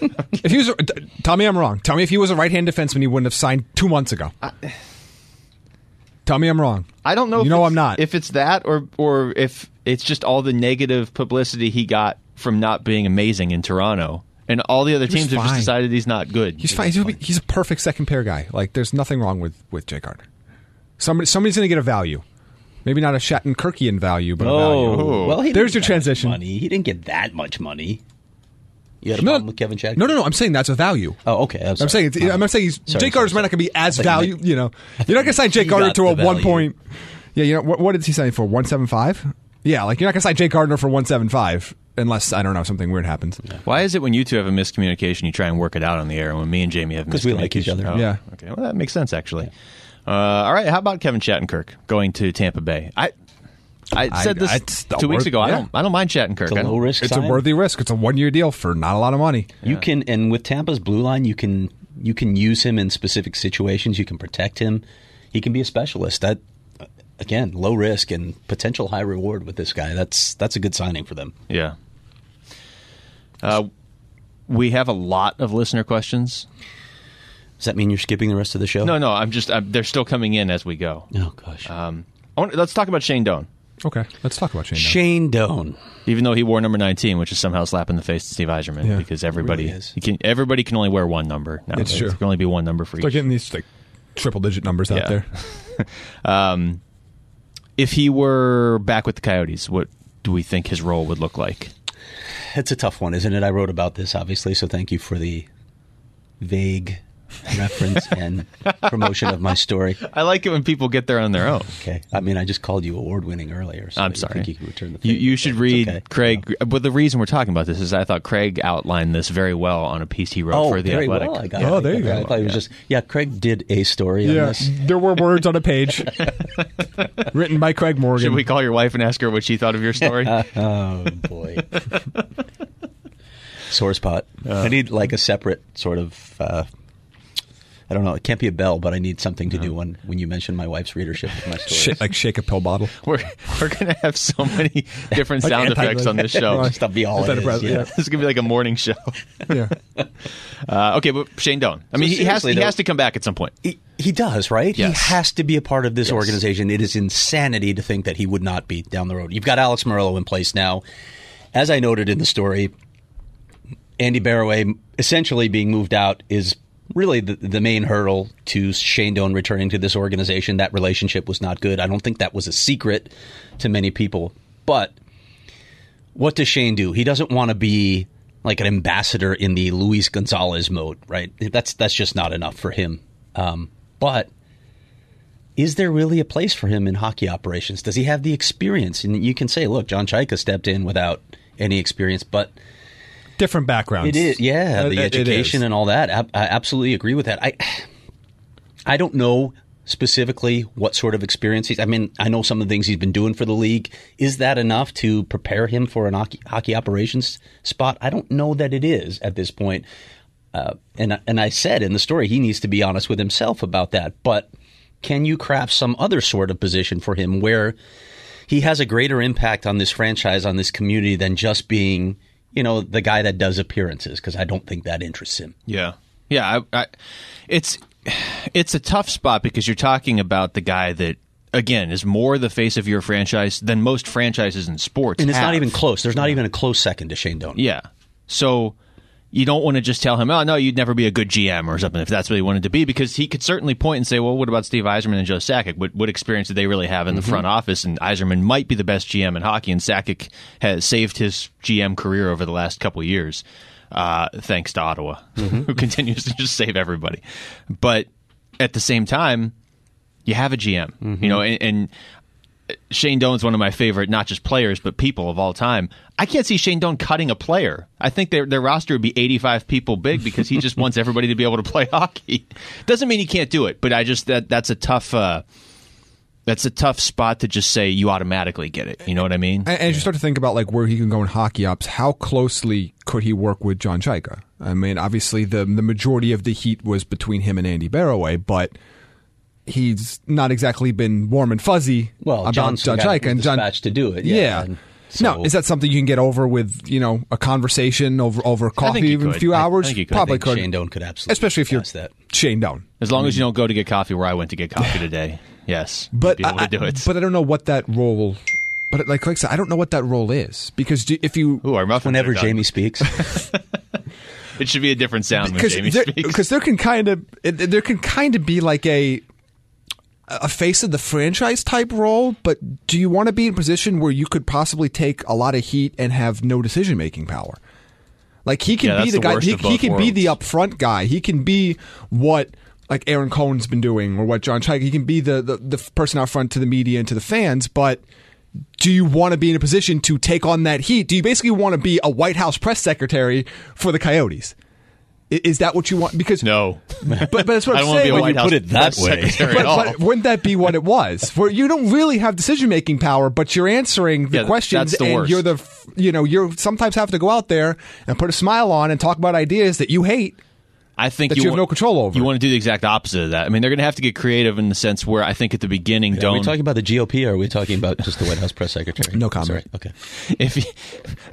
If he was, a, t- tell me I'm wrong. Tell me if he was a right hand defenseman, he wouldn't have signed two months ago. tell me I'm wrong.
I don't know.
You
if
know
it's-
I'm not.
If it's that, or or if it's just all the negative publicity he got from not being amazing in Toronto, and all the other
was
teams have just
fine.
decided he's not good.
He's fine. He's, he's a perfect second pair guy. Like there's nothing wrong with with Jake Gardner. Somebody somebody's going to get a value. Maybe not a Shattenkirkian value, but a value.
Oh.
well, he
There's
didn't
your
get that
transition.
Money. He didn't get that much money. You had a
No,
problem with Kevin Shattuck?
No, no, no. I'm saying that's a value.
Oh, okay. I'm,
I'm
sorry.
saying it's,
My
I'm not
bad.
saying he's,
Sorry,
Jake
sorry,
Gardner's might not
sorry.
going to be as
I thought you
value.
meant-
You know, you're not going to sign Jake
he
Gardner
got
to
the
a one
value.
point. Yeah, you know what, what did he sign for? One seven five. Yeah, like you're not going to sign Jake Gardner for one seven five unless I don't know something weird happens.
Why is it when you two have a miscommunication, you try and work it out on the air, and when me and Jamie have
'Cause we like each
miscommunication-
other.
Oh,
Yeah.
Okay. Well, that makes sense actually. Uh, all right. How about Kevin Shattenkirk going to Tampa Bay? I I
I-
said this
it's the
two weeks
worth-
ago. I
yeah.
don't I don't mind Shattenkirk.
It's a
I don't-
low risk.
It's a worthy risk. It's a one year deal for not a lot of money.
You can, and with Tampa's blue line, you can you can use him in specific situations. You can protect him. He can be a specialist. That again, low risk and potential high reward with this guy. That's that's a good signing for them.
Yeah. Uh, we have a lot of listener questions.
Does that mean you're skipping the rest of the show?
No, no. I'm just. I'm, they're still coming in as we go.
Oh gosh.
Um, I want, let's talk about Shane Doan.
Okay, let's talk about Shane. Doan.
Shane Doan.
Even though he wore number 19, which is somehow a slap in the face to Steve Eiserman
Yeah,
because everybody
really is.
you can everybody can only wear one number. Now.
It's true.
There can only be one number for
Start
each.
getting these like triple digit numbers out
Yeah.
there.
Um, if he were back with the Coyotes, what do we think his role would look like?
It's a tough one, isn't it? I wrote about this, obviously, so thank you for the vague reference and promotion of my story.
I like it when people get there on their own.
Okay. I mean, I just called you award winning earlier. So
I'm
I
sorry.
think you can return the
You,
favor,
you should
but it's
read
okay.
Craig. But the reason we're talking about this is I thought Craig outlined this very well on a piece he wrote
Oh,
for the
very
Athletic.
well. I got
Oh,
it.
there you
I
go.
thought it was just yeah. Craig did a story on
Yeah,
this.
there were words on a page written by Craig Morgan.
Should we call your wife and ask her what she thought of your story?
Oh boy, sore spot. I need like a separate sort of. Uh, I don't know. It can't be a bell, but I need something to do when when you mention my wife's readership of my stories.
Shit, like shake a pill bottle?
we're we're gonna have so many different
Like
sound
anti-
effects on this show.
Right.
this
Just that'd be all
Instead
it
of
is,
breath,
yeah.
yeah.
is gonna be like a morning show.
Yeah,
Uh, okay, but Shane Doan. I mean, he has
seriously,
he
though-
has to come back at some point.
He, he does, right?
Yes.
He has to be a part of this organization. It is insanity to think that he would not be down the road. You've got Alex Murillo in place now. As I noted in the story, Andy Barroway essentially being moved out is really the, the main hurdle to Shane Doan returning to this organization. That relationship was not good. I don't think that was a secret to many people. But what does Shane do? He doesn't want to be like an ambassador in the Luis Gonzalez mode, right? That's that's just not enough for him. Um, but is there really a place for him in hockey operations? Does he have the experience? And you can say, look, John Chaika stepped in without any experience, but
different
it
backgrounds.
is, yeah,
It-
the
it- it
education
is.
and all that. I, I absolutely agree with that. I, I don't know specifically what sort of experience he's. I mean, I know some of the things he's been doing for the league. Is that enough to prepare him for an hockey, hockey operations spot? I don't know that it is at this point. Uh, and and I said in the story he needs to be honest with himself about that. But can you craft some other sort of position for him where? he has a greater impact on this franchise, on this community, than just being, you know, the guy that does appearances. Because I don't think that interests him.
Yeah, yeah. I, I, it's it's a tough spot because you're talking about the guy that again is more the face of your franchise than most franchises in sports,
And it's not
have.
even close. There's not even a close second to Shane Doan.
Yeah. So you don't want to just tell him, oh, no, you'd never be a good GM or something if that's what he wanted to be, because he could certainly point and say, well, what about Steve Eiserman and Joe Sakic? What, what experience did they really have in the front office? And Eiserman might be the best GM in hockey, and Sakic has saved his GM career over the last couple of years, uh, thanks to Ottawa, who continues to just save everybody. But at the same time, you have a GM,
Mm-hmm.
you know, and, and Shane Doan's one of my favorite, not just players, but people of all time. I can't see Shane Doan cutting a player. I think their, their roster would be 85 people big because he just wants everybody to be able to play hockey. Doesn't mean he can't do it, but I just that that's a tough uh, that's a tough spot to just say you automatically get it. You know what I mean?
And as you start to think about like where he can go in hockey ops, how closely could he work with John Chaika? I mean, obviously the the majority of the heat was between him and Andy Barroway, but he's not exactly been warm and fuzzy
Well,
about
John's the
John
guy
Chaika and
who's
John
dispatched to do it, yeah, and
no,
so-
is that something you can get over with you know a conversation over over coffee,
you
even a
could.
few
I- I
hours?
think you could. I
Probably
I think
could,
Shane Doan could absolutely,
especially if you're
pass that.
Shane Doan.
As long as you don't go to get coffee where I went to get coffee today. Yes, you'd
but
be able
I,
to do it.
But I don't know what that role. But like, like I said, I don't know what that role is because do, if you
Ooh, our muffins
Whenever
are done.
Jamie speaks,
it should be a different sound when Jamie
there,
speaks.
'cause there can kind of it- there can kind of be like a a face of the franchise type role, but do you want to be in a position where you could possibly take a lot of heat and have no decision making power? Like he can
Yeah,
be
that's
the,
the
guy.
worst
He,
of
he
both
can be the
worlds.
upfront guy. He can be what like Aaron Cohen's been doing, or what John Chaik. He can be the, the the person out front to the media and to the fans. But do you want to be in a position to take on that heat? Do you basically want to be a White House press secretary for the Coyotes? I- Is that what you want? Because
no,
but, but that's what
I
I'm
don't want to
saying.
be a
but
White
you-
House
put it that
press
way.
secretary
but,
at all.
but wouldn't that be what it was? Where you don't really have decision making power, but you're answering the
Yeah,
questions,
that's the
and
worst.
you're the f- you know you're sometimes have to go out there and put a smile on and talk about ideas that you hate.
I think
That you have
wa-
no control over.
You want to do the exact opposite of that. I mean, they're going to have to get creative in the sense where I think at the beginning,
Are we
don't.
talking about the GOP or are we talking about just the White House press secretary?
No comment.
Sorry. Okay.
if you,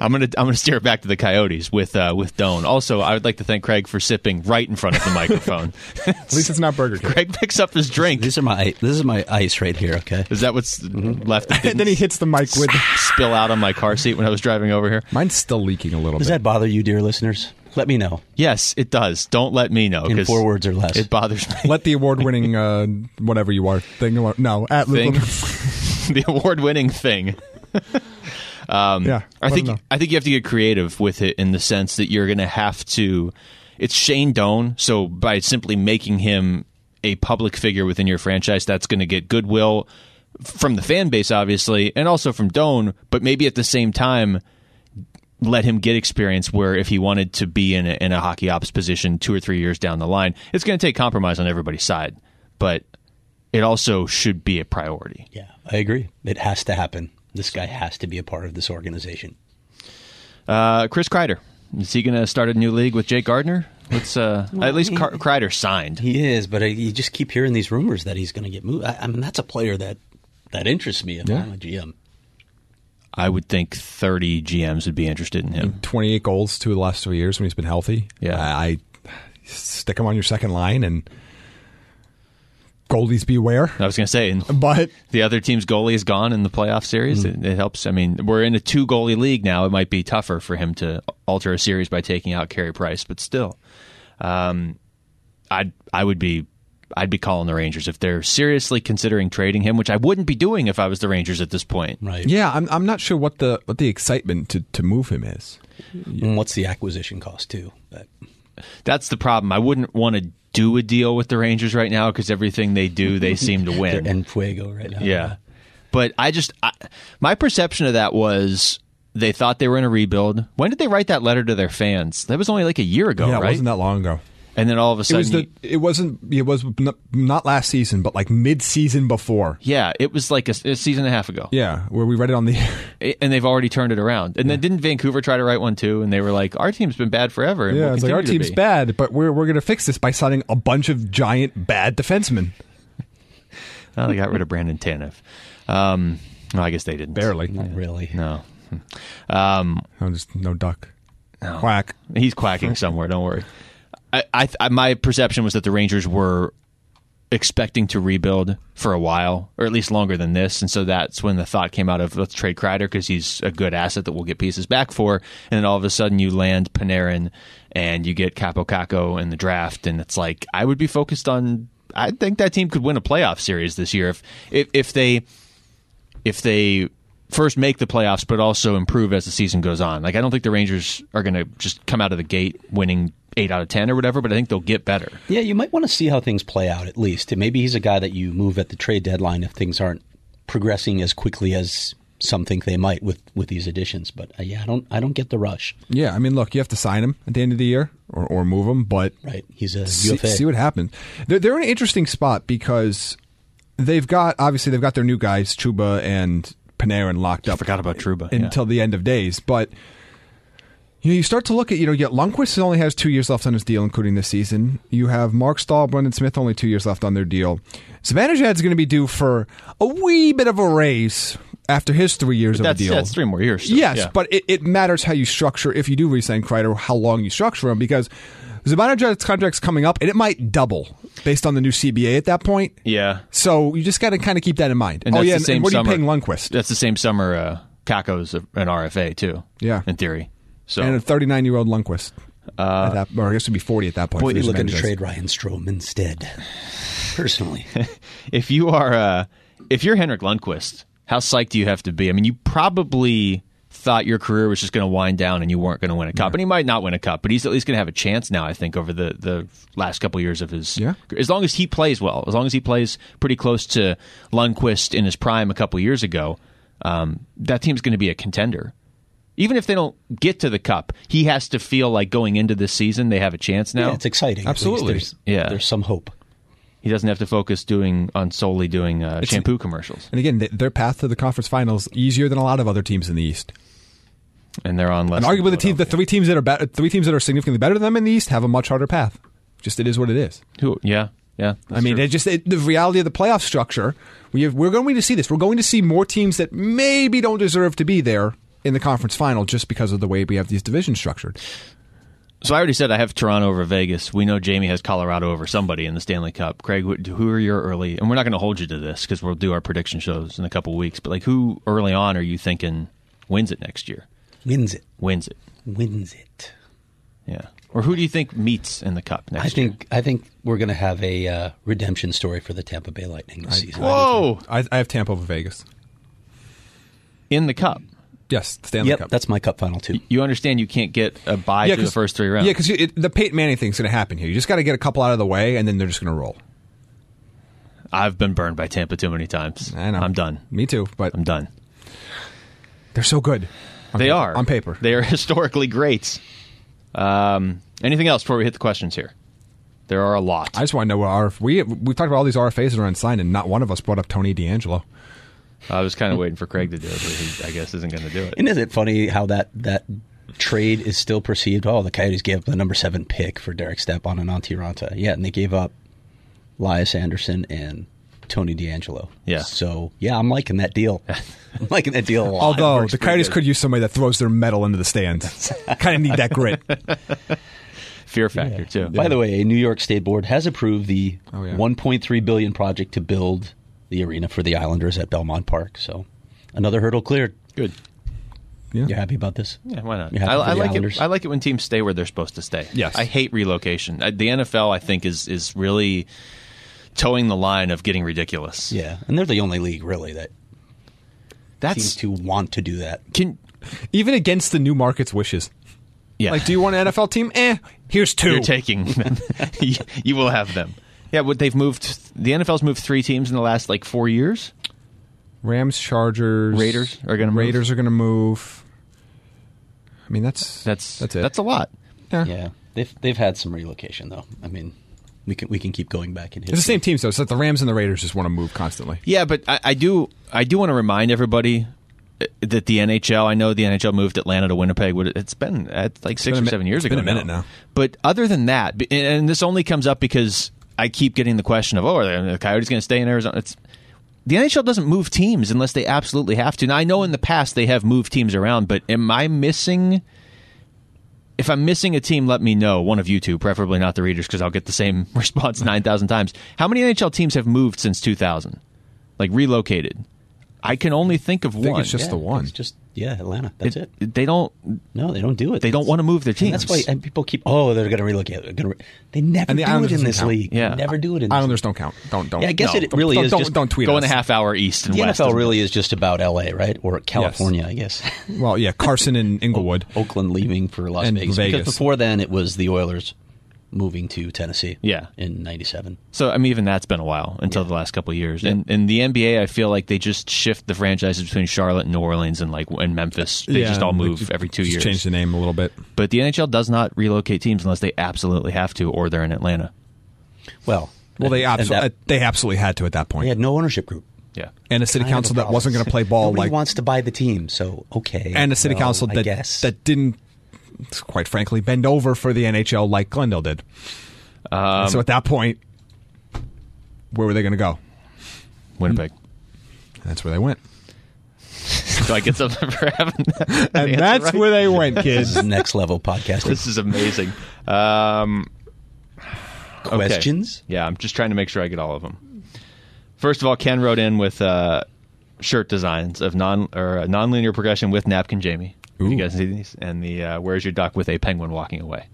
I'm gonna I'm gonna steer it back to the Coyotes with uh, with Doan. Also, I would like to thank Craig for sipping right in front of the microphone.
At least it's not Burger King.
Craig picks up his drink.
These are my this is my ice right here, okay?
Is that what's left? That
Mm-hmm. And then he
didn't
hits the mic with.
spill out on my car seat when I was driving over here.
Mine's still leaking a little
Does
bit.
that bother you, dear listeners? Let me know.
Yes, it does. Don't let me know.
In
'cause
four words or less.
It bothers me.
Let the award-winning uh, whatever you are thing. or- No, at
Thing.
Luke.
the award-winning thing.
Yeah,
Um, I
let
think
him know.
I think you have to get creative with it in the sense that you're going to have to. It's Shane Doan, so by simply making him a public figure within your franchise, that's going to get goodwill from the fan base, obviously, and also from Doan. But maybe at the same time, let him get experience where if he wanted to be in a, in a hockey ops position two or three years down the line, it's going to take compromise on everybody's side. But it also should be a priority.
Yeah, I agree. It has to happen. This guy has to be a part of this organization.
Uh, Chris Kreider. Is he going to start a new league with Jake Gardner? Let's uh, at least Car- Kreider signed.
He is, but I, you just keep hearing these rumors that he's going to get moved. I, I mean, that's a player that that interests me if
Yeah.
I'm a GM.
I would think 30 GMs would be interested in him.
28 goals two of the last three years when he's been healthy.
Yeah.
I, I stick him on your second line and goalies beware.
I was going to say, and
But
the other team's goalie is gone in the playoff series. It, it helps. I mean, we're in a two goalie league now. It might be tougher for him to alter a series by taking out Carey Price, but still, um, I'd I would be I'd be calling the Rangers if they're seriously considering trading him, which I wouldn't be doing if I was the Rangers at this point.
Right.
yeah, I'm I'm not sure what the what the excitement to, to move him is.
And what's the acquisition cost, too? But
That's the problem. I wouldn't want to do a deal with the Rangers right now because everything they do, they seem to
they're
win.
en fuego right now.
yeah. But I just, I, my perception of that was they thought they were in a rebuild. When did they write that letter to their fans? That was only like a year ago,
yeah, it
right?
wasn't that long ago.
and then all of a
It
sudden,
was the it wasn't it was n- not last season, but like mid season before.
yeah, it was like a, a season and a half ago.
Yeah, where we read it on the
It- and they've already turned it around. And then didn't Vancouver try to write one too? And they were like, our team's been bad forever. And
yeah,
we'll
it's like our
continue to
team's
be."
bad, but we're we're gonna fix this by signing a bunch of giant bad defensemen.
Oh, they got rid of Brandon Tanev. Um, well, I guess they didn't.
Barely,
Not really.
No. Um,
no, just no duck, quack.
He's quacking somewhere. Don't worry. I, I, I my perception was that the Rangers were expecting to rebuild for a while, or at least longer than this, and so that's when the thought came out of let's trade Kreider because he's a good asset that we'll get pieces back for, and then all of a sudden you land Panarin and you get Capo Caco in the draft, and it's like I would be focused on. I think that team could win a playoff series this year if if, if they if they first make the playoffs but also improve as the season goes on. Like I don't think the Rangers are going to just come out of the gate winning 8 out of 10 or whatever, but I think they'll get better.
Yeah, you might want to see how things play out at least. And Maybe he's a guy that you move at the trade deadline if things aren't progressing as quickly as some think they might with, with these additions. But uh, yeah, I don't I don't get the rush.
Yeah, I mean, look, you have to sign him at the end of the year or, or move him, but
Right? He's a
see,
UFA.
see what happens. They're, they're in an interesting spot because they've got obviously they've got their new guys Chuba and Panarin locked up
Forgot about Truba.
until the end of days, but. You, know, you start to look at, you know, yet Lundqvist only has two years left on his deal, including this season. You have Mark Stahl, Brendan Smith, only two years left on their deal. Zibanejad's going to be due for a wee bit of a raise after his three years of
that's,
a deal.
that's three more years. still.
Yes,
Yeah.
but it, it matters how you structure if you do resign Kreider, how long you structure him because Zibanejad's contract's coming up and it might double based on the new CBA at that point.
yeah.
So you just got to kind of keep that in mind.
And
oh
that's
yeah,
the
and-
same
and what
summer.
are you paying Lundqvist?
That's the same summer uh Kako's a- an RFA too.
Yeah.
In theory. So
And a 39 year old Lundqvist. Uh, at that, or I guess it'd be 40 at that point.
Boy,
for
you're
the
looking to
Zibanejad.
trade Ryan Strom instead. Personally,
if you are uh, if you're Henrik Lundqvist, how psyched do you have to be? I mean, you probably thought your career was just going to wind down and you weren't going to win a cup, and he might not win a cup, but he's at least going to have a chance now. I think over the the last couple years of his,
Yeah.
as long as he plays well, as long as he plays pretty close to Lundqvist in his prime a couple years ago, um, that team's going to be a contender. Even if they don't get to the cup, he has to feel like going into this season they have a chance now.
yeah, it's exciting. at least.
Absolutely.
There's,
Yeah.
there's some hope.
he doesn't have to focus doing on solely doing uh, shampoo commercials.
And again, th- their path to the conference finals easier than a lot of other teams in the East.
and they're on less.
And
than
arguably, the team, the
Philadelphia.
three teams that are better, three teams that are significantly better than them in the East have a much harder path. Which Just it is what it is.
Who? Yeah, yeah.
I mean, it just it, the reality of the playoff structure. We have, we're going to see this. We're going to see more teams that maybe don't deserve to be there in the conference final just because of the way we have these divisions structured.
so I already said I have Toronto over Vegas. We know Jamie has Colorado over somebody in the Stanley Cup. Craig, wh- who are your early? And we're not going to hold you to this because we'll do our prediction shows in a couple weeks. But like, who early on are you thinking wins it next year?
Wins it.
Wins it?
Wins it.
Yeah. Or who do you think meets in the cup next
I think I think we're going to have a uh, redemption story for the Tampa Bay Lightning this season.
year? Whoa!
I, I have Tampa over Vegas.
In the cup.
Yes, Stanley
Yep,
Cup.
that's my cup final too.
You understand you can't get a bye through the
'cause-
first three rounds.
Yeah, because the Peyton Manning thing's going to happen here. You just got to get a couple out of the way, and then they're just going to roll.
I've been burned by Tampa too many times.
I know.
I'm done.
Me too. But
I'm done.
they're so good. On
They
paper-
are
on paper.
They are historically great. Um, anything else before we hit the questions here? There are a lot.
I just want to know what RF, we we talked about all these RFAs that are unsigned, and not one of us brought up Tony D'Angelo.
I was kind of waiting for Craig to do it, but he, I guess, isn't going to do it.
And isn't it funny how that that trade is still perceived? Oh, the Coyotes gave up the number seven pick for Derek Stepan and Antiranta. Yeah, and they gave up Lias Anderson and Tony D'Angelo.
Yeah.
So yeah, I'm liking that deal. I'm liking that deal a
Oh,
lot.
Although the Coyotes could use somebody that throws their metal into the stands. kind of need that grit.
Fear factor too.
By the way, a New York State Board has approved the
Oh, yeah.
1.3 billion project to build the arena for the Islanders at Belmont Park. So another hurdle cleared.
good.
Yeah.
You're happy about this?
Yeah, why not?
You're happy
I,
for
I
the
like
Islanders?
it. I like it when teams stay where they're supposed to stay.
Yes.
I hate relocation. I, the NFL, I think, is is really towing the line of getting ridiculous.
Yeah, and they're the only league really that seems
that's
to want to do that.
can.
Even against the new market's wishes.
Yeah,
Like, do you want an NFL team? Eh, here's 2
You're taking them. you, you will have them. Yeah, but they've moved. The NFL's moved three teams in the last like four years.
Rams, Chargers,
Raiders are gonna move.
Raiders are going to move. I mean, that's
That's
that's it.
That's a lot.
Yeah, they've they've had some relocation though. I mean, we can we can keep going back in history.
it's the same teams though. So the Rams and the Raiders just want to move constantly.
Yeah, but I, I do. I do want to remind everybody uh, that the NHL. I know the NHL moved Atlanta to Winnipeg. but It's been uh, it's like six
been a
or
mi-
seven years
it's
ago.
been a minute now.
But other than that, b- and, and this only comes up because I keep getting the question of, "Oh, are the- the Coyotes going to stay in Arizona?" It's the NHL doesn't move teams unless they absolutely have to. Now I know in the past they have moved teams around, but am I missing? if I'm missing a team, let me know. One of you two, preferably not the readers, because I'll get the same response 9,000 times. How many NHL teams have moved since 2000? Like relocated? I can only think of
think
one.
it's just
Yeah,
the one.
It's just yeah, Atlanta. That's it.
They don't.
No, they don't do it.
They don't want to move their teams.
And that's why and people keep oh they're going to relocate. They're gonna re-. They never
And the
do
Islanders
it in
doesn't
this
count.
league. They
Yeah.
Never do it in this
Islanders don't count. Don't don't.
Yeah, I guess
no.
it really
don't,
is
Don't,
just-
don't tweet
Go
us.
and a half hour east and
league. The
west.
NFL
isn't it?
really is just about L.A. right or California, I guess.
Well, yeah, Carson and Inglewood.
Oakland leaving for Las
And
Vegas.
Vegas.
because before then it was the Oilers moving to Tennessee.
Yeah.
in '97.
So I mean, even that's been a while until the last couple of years. And and the NBA, I feel like they just shift the franchises between Charlotte and New Orleans and like and Memphis. They
Yeah,
just all
like,
move
just
every two years.
Change the name a little bit.
But the NHL does not relocate teams unless they absolutely have to, or they're in Atlanta.
Well,
Well, they uh,
and
absolutely
that-
they absolutely had to at that point,
they had no ownership group.
Yeah.
and a city
Kind of
council
a
that
problem.
wasn't going to play ball
Nobody
like,
wants to buy the team, so okay.
and a city
well,
council
I
that
guess.
that didn't, quite frankly, bend over for the NHL like Glendale did. And so at that point, where were they going to go?
Winnipeg.
And that's where they went,
Do I get something for having that?
and
answer
that's
right?
where they went,
this
kids.
is next level podcasting.
This is amazing. Um, okay.
Questions?
Yeah, I'm just trying to make sure I get all of them. First of all, Ken wrote in with uh, shirt designs of non or uh, nonlinear progression with napkin Jamie. Did You
Ooh.
guys see these? And the uh, where's your duck with a penguin walking away?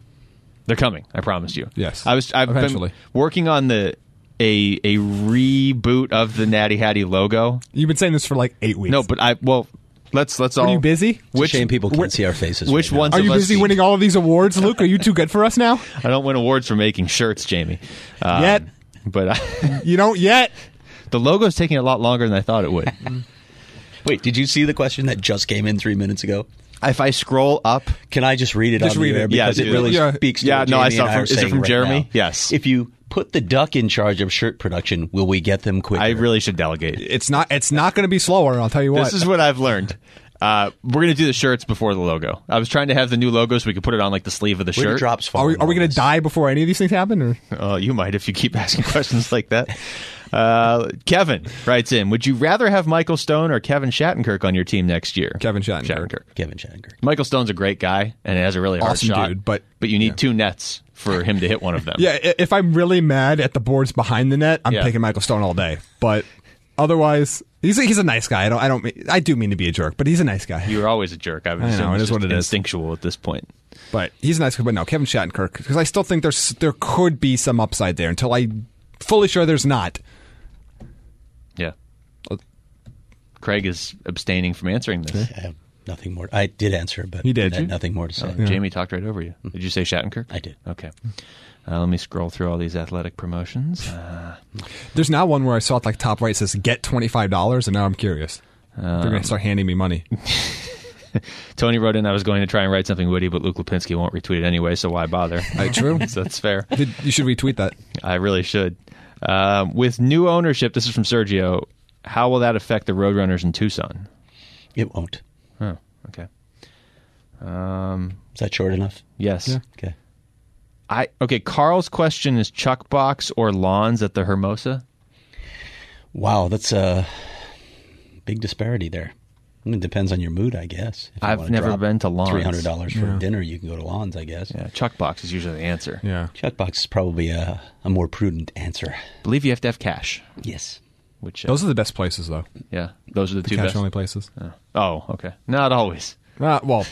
They're coming. I promise you.
Yes.
I was. I've
Eventually.
been working on the a a reboot of the Natty Hattie logo.
You've been saying this for like eight weeks.
No, but I well. Let's let's all.
you busy? It's a
Which, shame people can't see our faces.
which
right now.
ones
are
of
you
us-
busy winning all of these awards, Luke? Are you too good for us now?
I don't win awards for making shirts, Jamie. Um,
Yet.
but I,
You don't yet.
the logo's taking a lot longer than I thought it would.
Mm-hmm. Wait, did you see the question that just came in three minutes ago?
if I scroll up,
Can I just read it?
Just
on the
read
air
it.
Because
Yeah,
it
do
really
it. Yeah.
speaks. To
Yeah,
what
no, I
Jamie
saw
and
from-
are
is it
saying
from
right
Jeremy?
now.
Yes.
If you put the duck in charge of shirt production, will we get them quicker?
I really should delegate.
It's not. It's not going to be slower. I'll tell you what.
This is what I've learned. Uh, we're gonna do the shirts before the logo. I was trying to have the new logo so we could put it on like the sleeve of the
Where do
shirt.
drops fall?
Are we, are we going to die before any of these things happen? Or?
Uh, you might if you keep asking questions like that. Uh, Kevin writes in: Would you rather have Michael Stone or Kevin Shattenkirk on your team next year?
Kevin Shattenkirk.
Kevin Shattenkirk.
Michael Stone's a great guy and has a really hard
Awesome
shot,
dude, but-
you need two nets for him to hit one of them.
Yeah, i- if I'm really mad at the boards behind the net, I'm
Yeah.
taking Michael Stone all day. But otherwise, he's a, he's a nice guy. I don't I don't mean, I do mean to be a jerk, but he's a nice guy.
You're always a jerk. I would
I know,
assume
it
it's
is what
just
it is.
instinctual at this point.
But he's a nice guy. But no, Kevin Shattenkirk, because I still think there's there could be some upside there until I'm fully sure there's not.
Yeah. Craig is abstaining from answering this.
I have nothing more. I did answer, but
You did,
I had
you-
nothing more to say.
Jamie talked right over you. Did you say Shattenkirk?
Hmm. I did.
Okay. Uh, let me scroll through all these athletic promotions. Uh,
There's now one where I saw it like top right it says get twenty five dollars, and now I'm curious. They're gonna start handing me money.
Tony wrote in, I was going to try and write something witty, but Luke Lipinski won't retweet it anyway, so why bother?
Hey, true.
so that's fair.
Did, you should retweet that.
I really should. Um, with new ownership, this is from Sergio. How will that affect the Roadrunners in Tucson?
It won't.
Oh, okay.
Is that short enough?
Yes.
Okay.
I okay. Carl's question is Chuck Box or Lawns at the Hermosa?
Wow, that's a big disparity there. I mean, it depends on your mood, I guess. If you
I've
wanna
never
drop
been to Lawns.
Three hundred dollars for dinner, you can go to Lawns, I guess.
Yeah, Chuck Box is usually the answer.
Yeah.
Checkbox is probably a, a more prudent answer.
I believe you have to have cash.
Yes.
Which uh,
Those are the best places though.
yeah, those are the, two
Cash
best.
only places.
Oh, okay. Not always.
Uh, well,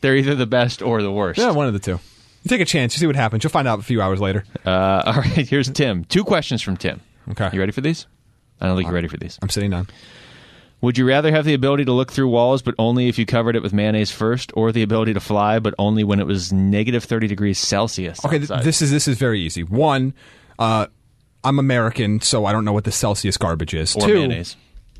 They're either the best or the worst.
yeah, one of the two. You take a chance. You see what happens. You'll find out a few hours later.
Uh, all right. Here's Tim. Two questions from Tim.
Okay. Uh-huh.
You ready for these? I don't think you're ready for these.
I'm sitting down.
Would you rather have the ability to look through walls, but only if you covered it with mayonnaise first, or the ability to fly, but only when it was negative 30 degrees Celsius?
Okay, th-
outside?
this is this is very easy. One, uh, I'm American, so I don't know what the Celsius garbage is.
or
two,
mayonnaise.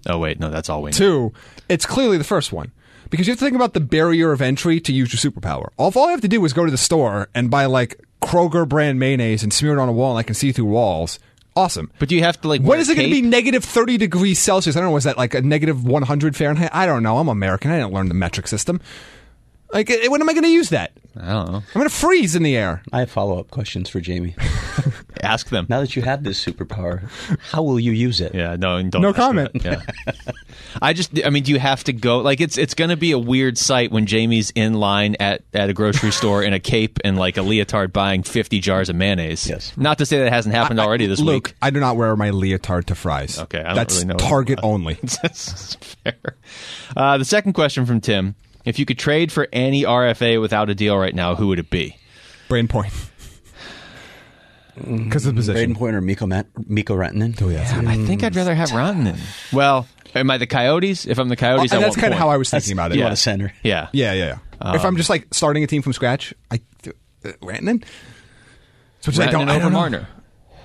Oh, wait. No, that's all we need.
two, it's clearly the first one because you have to think about the barrier of entry to use your superpower. All, if all I have to do is go to the store and buy like Kroger brand mayonnaise and smear it on a wall, and I can see through walls. Awesome.
But do you have to, like,
What
wear
is it going to be
tape?
negative 30 degrees Celsius? I don't know. Is that like a negative 100 Fahrenheit? I don't know. I'm American. I didn't learn the metric system. Like, eh, when am I going to use that? I'm
I don't know.
going to freeze in the air.
I have follow up questions for Jamie.
Ask them.
now that you have this superpower, how will you use it?
Yeah, no, and don't
No
ask me
comment.
that. Yeah. I just, I mean, do you have to go? Like, it's it's going to be a weird sight when Jamie's in line at, at a grocery store in a cape and like a leotard buying fifty jars of mayonnaise.
Yes.
Not to say that hasn't happened already this
Luke,
week.
I do not wear my leotard to fries.
Okay, I don't
that's
really know
Target only.
That's fair. Uh, the second question from Tim: If you could trade for any RFA without a deal right now, who would it be?
Brain point. Because of the
Braden
position.
Point or Miko, Mat- Miko Rantanen? Oh, yeah.
I think I'd rather have Rantanen. Well, am I the Coyotes? If I'm the Coyotes,
and
I
that's
kind of
how I was thinking about it.
You want a center.
Yeah. Um,
Yeah, yeah, yeah. if I'm just like starting a team from scratch, I uh, Rantanen. So
Rantanen over
know.
Marner.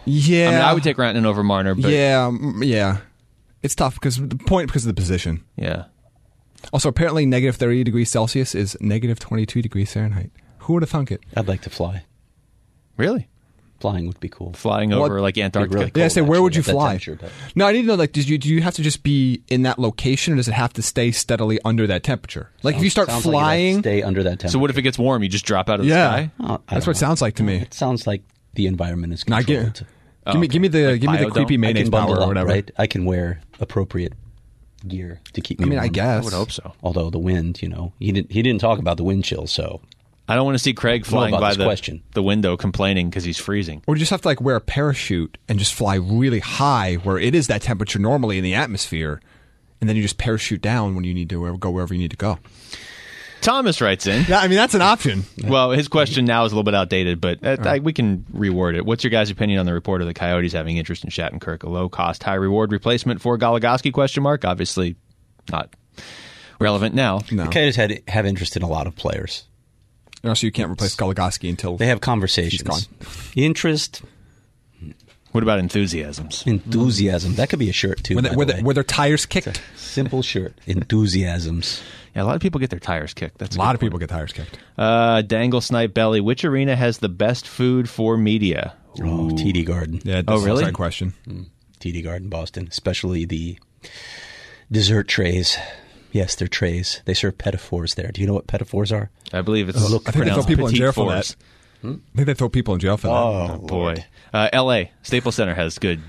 Yeah,
I mean, I would take Rantanen over Marner, but
Yeah, mm, yeah. It's tough because the point because of the position.
yeah.
Also, apparently, negative thirty degrees Celsius is negative twenty-two degrees Fahrenheit. Who would have thunk it?
I'd like to fly.
Really?
Flying would be cool.
Flying
Well,
over like Antarctica.
really
Yeah, I
cold,
say, where would you
actually,
fly?
at that temperature, but-
No, I need to know. Like, did you do you have to just be in that location, or does it have to stay steadily under that temperature? Like, if you start
Sounds like you'd have to
flying,
stay under that temperature.
So what if it gets warm? You just drop out of the
yeah,
sky?
Oh, I
that's
don't
what it sounds like to me.
It sounds like the environment is
I
controlled.
get, give me give me the give me the
biodome? I
creepy
I
mayonnaise
can
power
bundle
or
up,
whatever.
right? I can wear appropriate gear to keep me
I mean, I
warm.
guess.
I would hope so.
Although the wind, you know, he didn't he didn't talk about the wind chill, so
I don't want to see Craig flying
about
by
this
the
question.
the window complaining because he's freezing.
Or you just have to like wear a parachute and just fly really high where it is that temperature normally in the atmosphere, and then you just parachute down when you need to where- go wherever you need to go.
Thomas writes in.
Yeah, I mean that's an option.
Well, his question now is a little bit outdated, but
Oh.
uh, I, we can reword it. What's your guys' opinion on the report of the Coyotes having interest in Shattenkirk, a low cost, high reward replacement for Goligoski? Question mark. Obviously, not relevant now.
No,
the Coyotes had have interest in a lot of players.
and also you can't replace Goligoski until
They have conversations.
gone.
Interest,
What about enthusiasms?
enthusiasm. That could be a shirt too.
when, they,
by
where,
the
they-
way.
where their tires kicked.
Simple shirt. Enthusiasms.
Yeah, a lot of people get their tires kicked. That's
A lot of people get tires kicked.
Uh, Dangle Snipe Belly. Which arena has the best food for media?
Oh, TD Garden.
Yeah,
Oh,
that's
really?
That question.
TD Garden, Boston, especially the dessert trays. Yes, they're trays. They serve pedophores there. Do you know what pedophores are?
I believe it's
Oh, I think they throw
pronounced
people in
petite
jail for
fours.
that. I think they throw people in jail for that.
Oh, boy. Uh, LA, Staples Center has good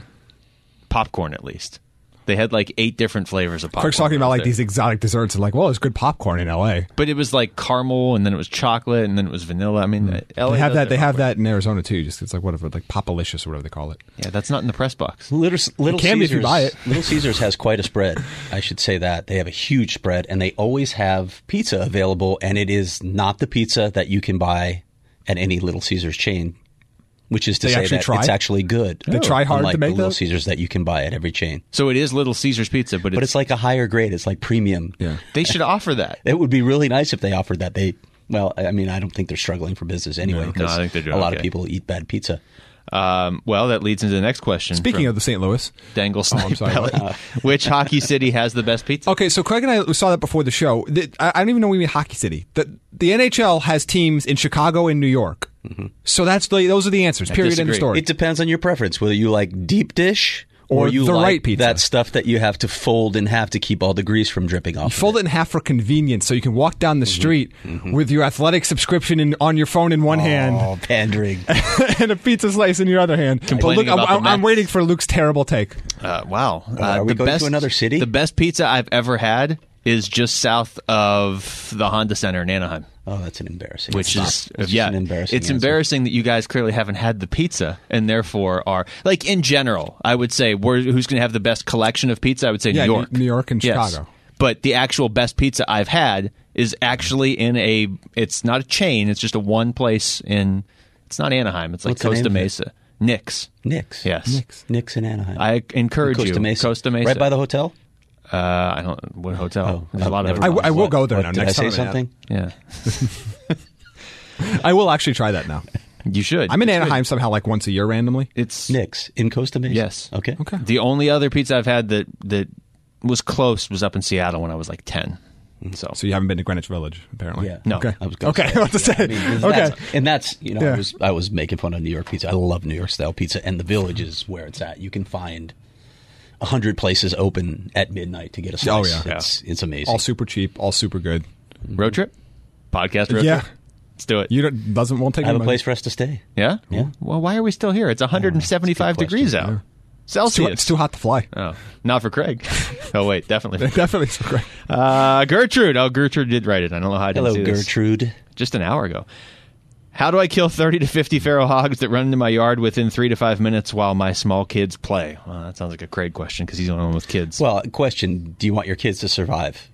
popcorn at least. They had like eight different flavors of popcorn.
Craig's talking about
out
like
there.
these exotic desserts and like, well, there's good popcorn in L.A.
But it was like caramel and then it was chocolate and then it was vanilla. I mean, uh, LA
Hmm. They have
does
that. They
their
have
popcorn.
that in Arizona too. Just it's like whatever, like Popalicious or whatever they call it.
Yeah, that's not in the press box.
Little, Little
can
Caesars,
if you buy it.
Little Caesars has quite a spread. I should say that they have a huge spread, and they always have pizza available, and it is not the pizza that you can buy at any Little Caesars chain. Which is to
They
say
actually
that
try?
it's actually good. Oh,
They try hard to
Unlike
make
the Little
that?
Caesars that you can buy at every chain.
So it is Little Caesars Pizza, but,
But
it's,
it's like a higher grade. It's like premium.
Yeah.
they should offer that.
It would be really nice if they offered that. They well, I mean, I don't think they're struggling for business anyway.
No,
because
I think they're doing
a lot of
okay.
people eat bad pizza.
Um, well, that leads into the next question.
Speaking
from
of the St. Louis,
Dangle Snipe
sorry, Uh,
Belly, which hockey city has the best pizza?
Okay, so Craig and I saw that before the show. The- I I don't even know we mean hockey city. The, the NHL has teams in Chicago and New York. So that's the, those are the answers. Period.
Mm-hmm.
End
disagree.
of story.
It depends on your preference whether you like deep dish
Or
you
the
like
right pizza.
that stuff that you have to fold and have to keep all the grease from dripping off. of
Fold it in half for convenience, so you can walk down
Mm-hmm.
the street with your athletic subscription in, on your phone in one hand
Oh, pandering.
and a pizza slice in your other hand. But
Complaining
Luke, I'm,
about the
I'm- I'm
Mets.
waiting for Luke's terrible take.
Uh, wow. Uh,
are we
the
going to
best,
another city?
The best pizza I've ever had is just south of the Honda Center in Anaheim,
oh, that's an embarrassing.
which
Stop.
is
That's
yeah,
just an embarrassing.
It's
answer.
embarrassing that you guys clearly haven't had the pizza and therefore are like in general. I would say we're, who's going to have the best collection of pizza? I would say
Yeah,
New York,
New York and
Yes.
Chicago.
But the actual best pizza I've had is actually in a. It's not a chain. It's just a one place in. It's not Anaheim. It's like
What's the
Costa
name of it?
Mesa. Nick's.
Nick's.
Yes. Nick's.
Nick's in Anaheim.
I encourage
Costa
you.
Mesa.
Costa Mesa.
Right by the hotel.
Uh, I don't. What hotel?
Oh,
There's a lot of.
never
I,
hotels.
w- uh, I will
What-
go there
what,
now.
Did
next
I say
time have-
something?
yeah,
I will actually try that now.
you should.
I'm in
It's good.
Anaheim somehow, like once a year randomly.
It's
Nick's in Costa Mesa.
yes.
Okay.
Okay.
The only other pizza I've had that that was close was up in Seattle when I was like ten. So,
Mm-hmm. So you haven't been to Greenwich Village, apparently.
Yeah.
No.
Okay.
I was gonna
okay.
say,
what to say?
I mean, that's-
okay.
and that's you know
Yeah.
I was I was making fun of New York pizza. I love New York style pizza, and the Village is where it's at. You can find a hundred places open at midnight to get a
Oh,
slice.
yeah.
it's it's amazing.
All super cheap. All super good.
road trip, podcast road
Yeah.
trip. Let's do it.
You don't, doesn't won't take
I have
any
a
money.
place for us to stay.
yeah.
Yeah.
Well, why are we still here? It's 175
Oh, that's a good
degrees out.
question.
It's too,
Celsius.
it's too hot to fly.
Oh, not for Craig. oh wait, definitely.
Definitely so great.
Uh, Gertrude. Oh, Gertrude did write it. I don't know how I didn't
Hello,
see this.
Gertrude.
just an hour ago. How do I kill 30 to 50 feral hogs that run into my yard within three to five minutes while my small kids play? Well, that sounds like a Craig question because he's the only one with kids.
Well, question: Do you want your kids to survive?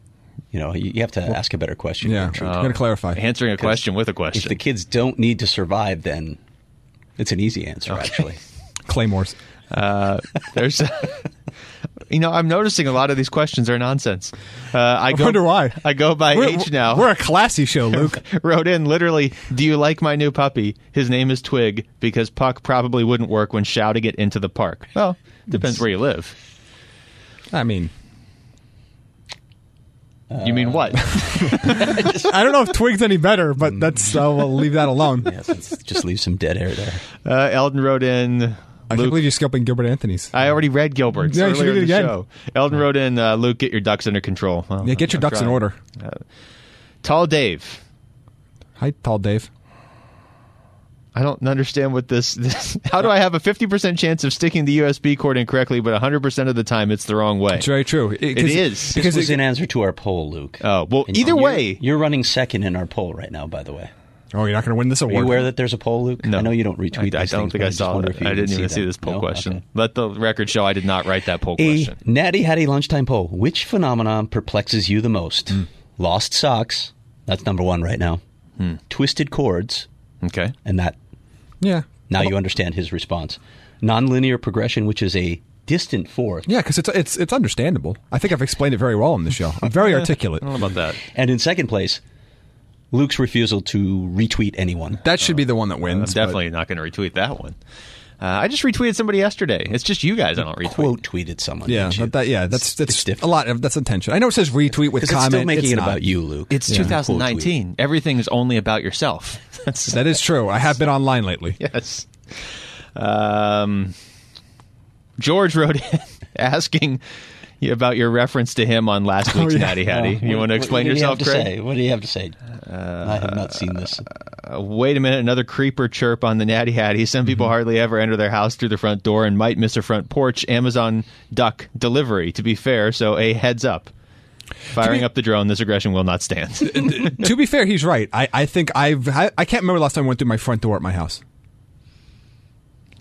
You know, you you have to ask a better question.
Oh.
Yeah. Uh,
Gertrude.
I'm going to clarify.
Answering a question with a
If the
question.
kids don't need to survive, then it's an easy answer. Actually,
Claymores.
There's, you know, I'm noticing a lot of these questions are nonsense. Uh, I, go,
wonder why.
I go by
We're-
age now.
We're a classy show, Luke.
Wrote in literally, do you like my new puppy? His name is Twig because Puck probably wouldn't work when shouting it into the park. Well, depends where you live.
I mean,
You mean what?
I don't know if Twig's any better, but that's uh, we'll leave that alone.
yes, it's- just leave some dead air there.
Uh, Eldon wrote in.
I can't
Luke,
believe you're skipping Gilbert Anthony's.
I already read Gilbert's
Yeah, you should
earlier in the
read it again.
show. Eldon wrote in, uh, Luke, get your ducks under control. Well,
yeah, get your
I'm
ducks in
trying.
order.
Tall Dave.
Hi, tall Dave.
I don't understand what this, this. How do I have a 50% chance of sticking the USB cord in correctly, but 100% of the time it's the wrong way?
It's very true.
It
'cause-
is.
This
because
was
it-
in answer to our poll, Luke.
Oh, well, either
you're-
way-
you're running second in our poll right now. By the way,
oh, you're not going to win this
are you
award.
aware that there's a poll, Luke?
No.
I know you don't retweet.
I, I
these
don't think
things, but
I
just
saw
wonder
it.
if you
I didn't even
that.
see this poll
No?
question.
Okay. Eh.
Let the record show I did not write that poll
A
question.
natty hatty lunchtime poll. Which phenomenon perplexes you the most?
Hmm.
Lost socks. That's number one right now.
Hmm.
Twisted cords,
Okay.
and that
Yeah.
now you understand his response. Nonlinear progression, which is a distant fourth,
Yeah, because it's, it's, it's understandable. I think I've explained it very well on the show. I'm very articulate.
I don't know about that.
and in second place, Luke's refusal to retweet anyone.
That should be the one that
I'm
wins. but-
definitely not going to retweet that one. Uh, I just retweeted somebody yesterday. It's just you guys I don't retweet.
Quote tweeted someone.
Yeah,
didn't you?
that, that- yeah, that's
It's- it's
that's
different.
a lot. Of, that's intention. I know it says retweet with
Because it's
comment.
still making
It's
it
not.
about you, Luke.
It's
Yeah.
2019. Everything is only about yourself. That's
That is true. I have been online lately.
yes. Um, George wrote in asking, Yeah, about your reference to him on last week's
yeah.
Natty Hattie. you want to explain
what,
yourself,
what do you have
Craig?
to say? What do you have to say? I have not seen this.
Uh, wait a minute, another creeper chirp on the Natty Hattie. Some people hardly ever enter their house through the front door and might miss a front porch. Amazon duck delivery, to be fair, so a heads up. Firing up the drone, this aggression will not stand.
to be fair, he's right. I, I think I've I, I can't remember the last time I went through my front door at my house.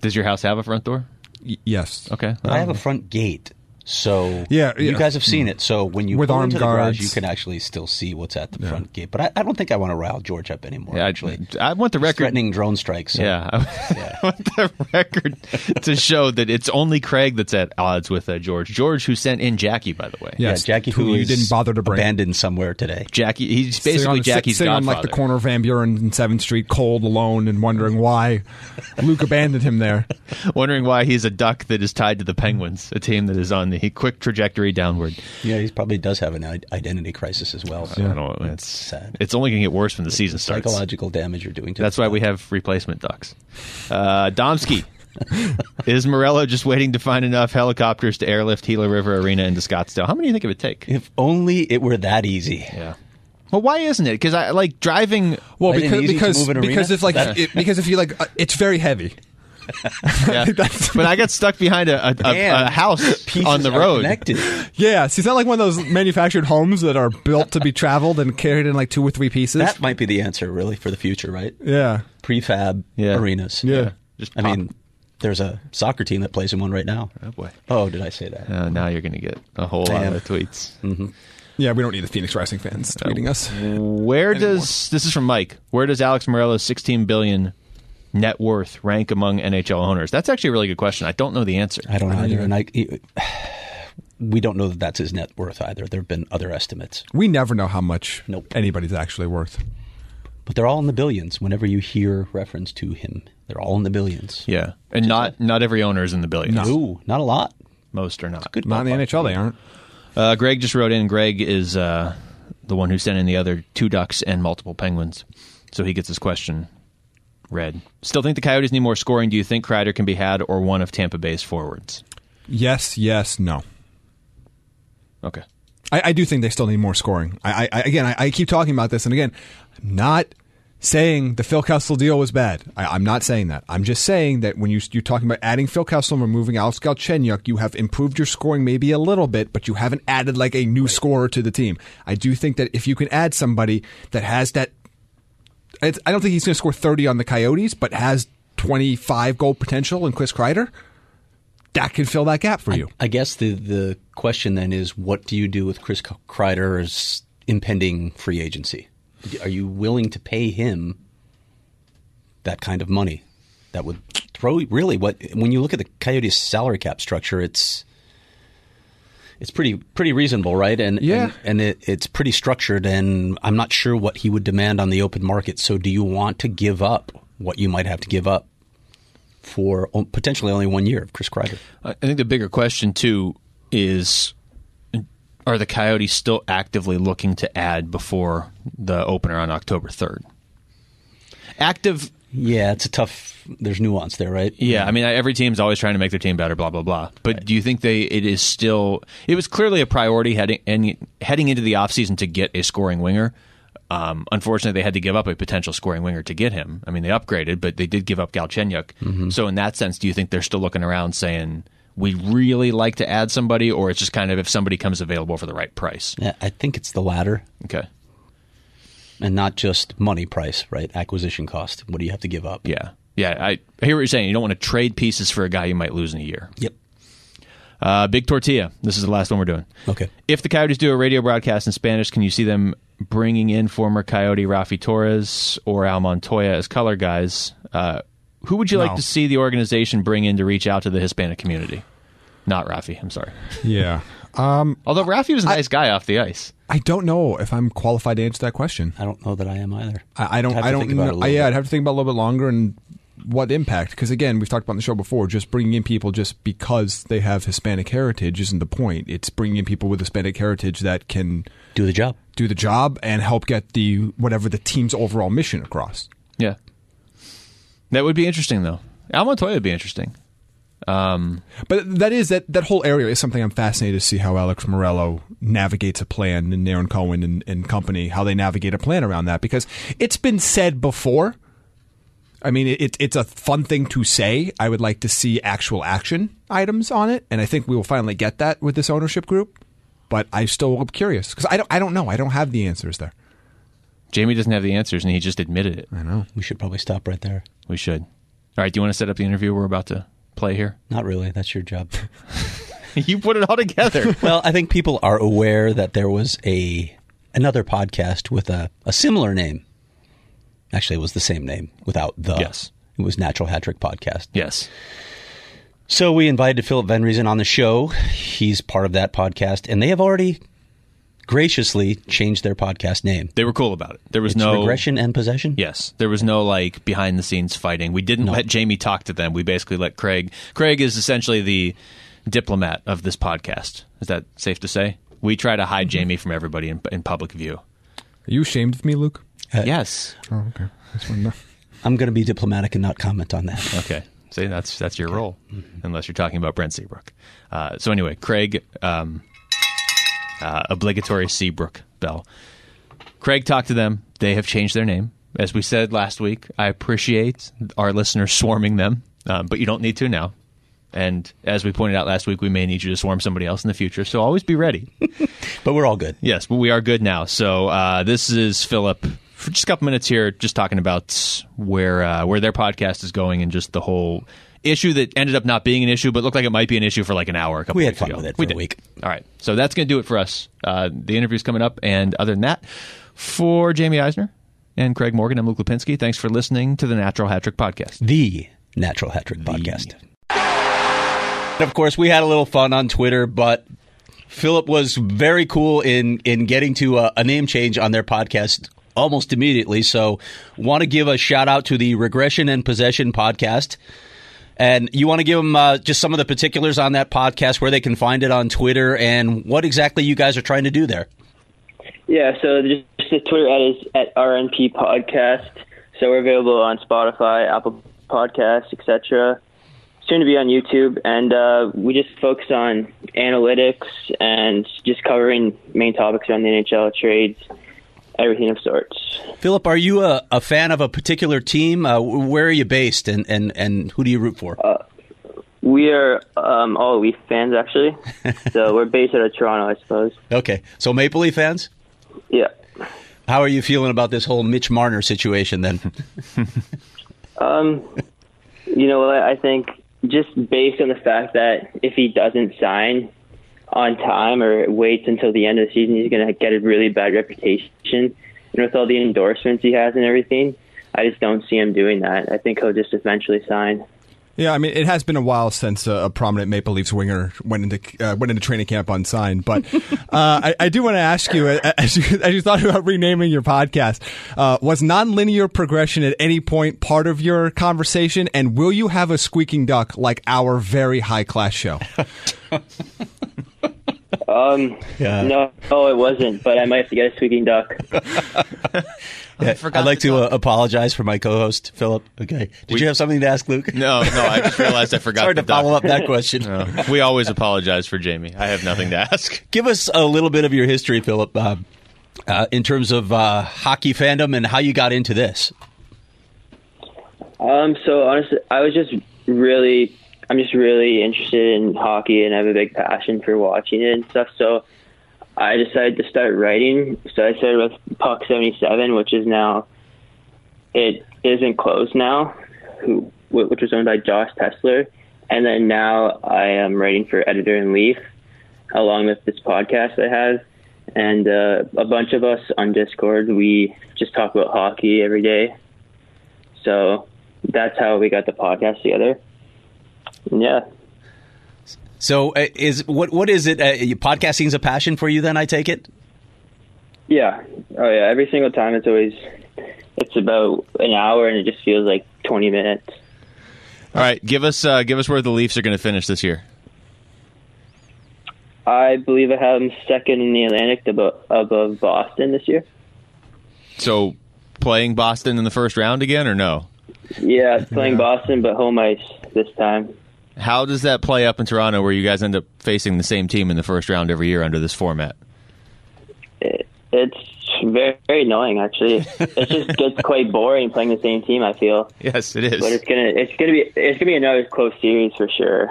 Does your house have a front door?
Y- yes.
Okay.
I have a front gate, so
Um, Yeah, yeah.
you guys have seen it. So when you
With
pull
armed
into the garage,
guards.
you can actually still see what's at the front gate. But I, I don't think I want to rile George up anymore.
Yeah, I-
actually,
I want the
He's
record-
threatening drone strikes. so-
Yeah, I want the record to show that it's only Craig that's at odds with uh, George. George, who sent in Jackie, by the way.
Yeah.
yeah.
Yes,
Jackie,
who
who
you
is
didn't bother to bring.
abandoned somewhere today.
Jackie, he's
Sitting on
basically
the-
Jackie's
sitting
godfather.
on like the corner of Van Buren and Seventh Street, cold, alone, and wondering why Luke abandoned him there.
wondering why he's a duck that is tied to the Penguins, a team that is on the quick trajectory downward.
Yeah, he probably does have an i- identity crisis as well.
I don't know. It's
sad.
It's only going to get worse when the season starts.
Psychological damage you're doing to
That's
the
why we
planet.
have replacement ducks. Uh, Domsky. is Morello just waiting to find enough helicopters to airlift Gila River Arena into Scottsdale? How many do you think it would take?
If only it were that easy.
Yeah. Well, why isn't it? Because I like driving.
Well,
Isn't it
because
easy to
because,
move an arena?
because if like
That-
it, because if you like uh, it's very heavy.
yeah. but I got stuck behind a, a, a,
And
a house
Pieces
on the
are
road.
connected.
Yeah, see, it's not like one of those manufactured homes that are built to be traveled and carried in like two or three pieces.
That might be the answer, really, for the future, right?
yeah,
Prefab
Yeah.
arenas.
Yeah.
Just
I mean, there's a soccer team that plays in one right now.
Oh boy.
Oh, did I say that?
Uh, now you're going to get a whole lot
Damn. Mm-hmm.
of tweets.
yeah. We don't need the Phoenix Rising fans tweeting us.
Where does this is from Mike? Where does Alex Morello's 16 billion net worth rank among NHL owners? That's actually a really good question. I don't know the answer.
I don't either. And I, we don't know that that's his net worth either. There have been other estimates,
We never know how much
Nope.
anybody's actually worth.
but they're all in the billions. Whenever you hear reference to him, they're all in the billions.
Yeah, and not not every owner is in the billions.
Ooh, not a lot.
Most are not.
Good.
Not in the
ballpark.
NHL, they aren't.
Uh, Greg just wrote in. Greg is uh, the one who sent in the other two ducks and multiple penguins, so he gets his question read. Still think the Coyotes need more scoring. Do you think Kreider can be had or one of Tampa Bay's forwards?
Yes, yes, no.
Okay.
I, I do think they still need more scoring. I, I, I again, I, I keep talking about this, and again, I'm not saying the Phil Kessel deal was bad. I, I'm not saying that. I'm just saying that when you, you're talking about adding Phil Kessel and removing Alex Galchenyuk, you have improved your scoring maybe a little bit, but you haven't added like a new scorer to the team. I do think that if you can add somebody that has that, it's, I don't think he's going to score 30 on the Coyotes, but has 25 goal potential in Chris Kreider. That can fill that gap for you.
I guess the the question then is, what do you do with Chris Kreider's impending free agency? Are you willing to pay him that kind of money? That would throw really what when you look at the Coyotes' salary cap structure, it's it's pretty pretty reasonable, right? And
Yeah.
and, and it, it's pretty structured. And I'm not sure what he would demand on the open market. So, do you want to give up what you might have to give up for o- potentially only one year of Chris Kreider?
I think the bigger question too is: Are the Coyotes still actively looking to add before the opener on October third? Active,
Yeah, it's a tough. There's nuance there, right?
yeah. I mean, every team's always trying to make their team better, blah blah blah. But do you think they? It is still. It was clearly a priority heading and heading into the offseason to get a scoring winger. Um, unfortunately, they had to give up a potential scoring winger to get him. I mean, they upgraded, but they did give up Galchenyuk. So, in that sense, do you think they're still looking around saying we really like to add somebody, or it's just kind of if somebody comes available for the right price?
Yeah, I think it's the latter,
Okay,
and not just money price, right? Acquisition cost. What do you have to give up?
yeah, yeah. I, I hear what you're saying. You don't want to trade pieces for a guy you might lose in a year.
Yep.
Uh, Big Tortilla. This is the last one we're doing.
Okay.
If the Coyotes do a radio broadcast in Spanish, can you see them bringing in former Coyote Rafi Torres or Al Montoya as color guys? Uh, who would you like
No.
to see the organization bring in to reach out to the Hispanic community? Not Rafi. I'm sorry.
Yeah.
Although Rafi was a nice guy off the ice.
I don't know if I'm qualified to answer that question.
I don't know that I am either.
I, I don't.
Have to
I don't.
think about it a
know,
little
yeah,
bit.
I'd have to think about it a little bit longer and what impact. Because again, we've talked about on the show before. Just bringing in people just because they have Hispanic heritage isn't the point. It's bringing in people with Hispanic heritage that can
Do the job.
do the job and help get the whatever the team's overall mission across.
Yeah. That would be interesting, though. Al Montoya would be interesting.
But that is that that whole area is something I'm fascinated to see how Alex Morello navigates a plan and Aaron Cohen and, and company how they navigate a plan around that because it's been said before. I mean, it, it's a fun thing to say. I would like to see actual action items on it, and I think we will finally get that with this ownership group. But I still am curious because I don't I don't know. I don't have the answers there.
Jamie doesn't have the answers, and he just admitted it.
I know.
We should probably stop right there.
We should. All right. Do you want to set up the interview we're about to play here?
Not really. That's your job.
you put it all together.
well, I think people are aware that there was a another podcast with a, a similar name. Actually, it was the same name without the.
Yes.
It was Natural Hat Trick Podcast.
yes.
So we invited Philip Van Riesen on the show. He's part of that podcast, and they have already graciously changed their podcast name.
They were cool about it. There was
It's
no
regression and possession.
Yes, there was no like behind the scenes fighting. We didn't let Jamie talk to them. We basically let Craig. Craig is essentially the diplomat of this podcast. Is that safe to say? We try to hide Jamie from everybody in, in public view.
Are you ashamed of me, Luke?
yes.
Oh, okay. That's one.
I'm going to be diplomatic and not comment on that.
Okay. See, that's that's your role, unless you're talking about Brent Seabrook. Uh, so anyway, Craig, um, uh, obligatory Seabrook bell. Craig talked to them. They have changed their name, as we said last week. I appreciate our listeners swarming them, um, but you don't need to now. And as we pointed out last week, we may need you to swarm somebody else in the future. So always be ready.
But we're all good.
Yes, but we are good now. So uh, this is Philip for just a couple minutes here, just talking about where uh, where their podcast is going and just the whole issue that ended up not being an issue, but looked like it might be an issue for like an hour. A couple
We had
weeks
fun
ago.
with it
we
for a
did.
week.
All right, so that's going to do it for us. Uh, the interview's coming up, and other than that, for Jamie Eisner and Craig Morgan, I'm Luke Lipinski. Thanks for listening to the Natural Hat Trick Podcast.
The Natural Hat Trick Podcast. And of course, we had a little fun on Twitter, but Philip was very cool in in getting to a, a name change on their podcast almost immediately. So, want to give a shout out to the Regression and Possession podcast. And you want to give them uh, just some of the particulars on that podcast, where they can find it on Twitter, and what exactly you guys are trying to do there.
Yeah, so just the Twitter ad is at RNP Podcast. So we're available on Spotify, Apple Podcasts, etc. Soon to be on YouTube, and uh, we just focus on analytics and just covering main topics around the NHL trades, everything of sorts.
Philip, are you a, a fan of a particular team? Uh, where are you based, and, and, and who do you root for?
We are um, all Leaf fans, actually. so we're based out of Toronto, I suppose.
Okay, so Maple Leaf fans,
Yeah.
how are you feeling about this whole Mitch Marner situation? Then,
You know what? I think just based on the fact that if he doesn't sign on time or waits until the end of the season, he's going to get a really bad reputation. And with all the endorsements he has and everything, I just don't see him doing that. I think he'll just eventually sign.
Yeah, I mean, it has been a while since uh, a prominent Maple Leafs winger went into uh, went into training camp unsigned. But uh, I, I do want to ask you, uh, as you, as you thought about renaming your podcast, uh, was nonlinear progression at any point part of your conversation? And will you have a squeaking duck like our very high class show?
No, Um, no, it wasn't. But I might have to get a squeaking duck.
I'd like to uh, apologize for my co-host Philip. Okay, did you have something to ask Luke?
No, no, I just realized I forgot
Sorry to
the doc-
follow up that question.
No, we always apologize for Jamie. I have nothing to ask.
Give us a little bit of your history, Philip, uh, uh, in terms of uh, hockey fandom and how you got into this.
Um, so honestly, I was just really, I'm just really interested in hockey and I have a big passion for watching it and stuff. So I decided to start writing. So I started with Puck 77, which is now, it isn't closed now, who, wh- which was owned by Josh Tesler. And then now I am writing for Editor and Leaf, along with this podcast I have. And uh, a bunch of us on Discord, we just talk about hockey every day. So that's how we got the podcast together. Yeah.
So, uh, is what what is it? Uh, podcasting's a passion for you, then I take it.
Yeah. Oh yeah. Every single time it's always it's about an hour and it just feels like twenty minutes.
All right, give us uh, give us where the Leafs are going to finish this year.
I believe I have them second in the Atlantic above, above Boston this year.
So playing Boston in the first round again or no?
Yeah, playing Boston but home ice this time.
How does that play up in Toronto, where you guys end up facing the same team in the first round every year under this format?
It's very, very annoying, actually. It just gets quite boring playing the same team. I feel,
Yes, it is.
but it's gonna it's gonna be it's gonna be another close series for sure.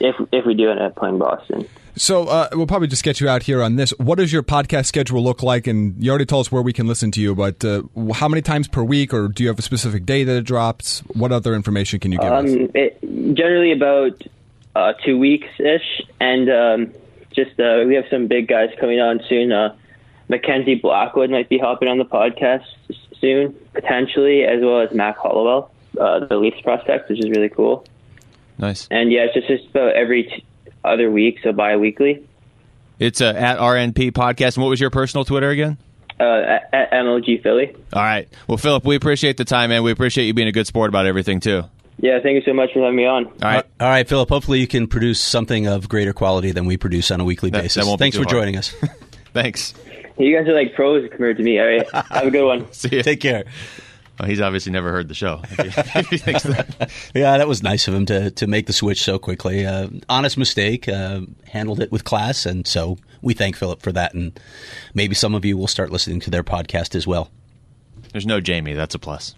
If if we do end up playing Boston,
So uh, we'll probably just get you out here on this. What does your podcast schedule look like? And you already told us where we can listen to you, but uh, how many times per week, or do you have a specific day that it drops? What other information can you give us?
um, it, generally about uh, two weeks ish, and um, just uh, we have some big guys coming on soon. Uh, Mackenzie Blackwood might be hopping on the podcast s- soon, potentially, as well as Mac Hollowell, uh, the Leafs prospect, which is really cool.
nice.
And yeah, it's just, just about every t- other week, so bi-weekly.
It's uh, at RNP Podcast. And what was your personal Twitter again?
Uh, at, at MLG Philly.
All right. Well, Philip, we appreciate the time, man. We appreciate you being a good sport about everything too. All
Yeah, thank you so much for having me on.
right.
Uh, All right, Philip. Hopefully, you can produce something of greater quality than we produce on a weekly
That-
basis.
that won't be
Thanks
too
for
hard.
joining us.
Thanks.
You guys are like pros compared to me. All right, have a good one.
See you.
Take care.
Well, he's obviously never heard the show. If he thinks that.
Yeah, that was nice of him to to make the switch so quickly. Uh, honest mistake. Uh, handled it with class, and so we thank Philip for that. And maybe some of you will start listening to their podcast as well.
There's no Jamie. That's a plus.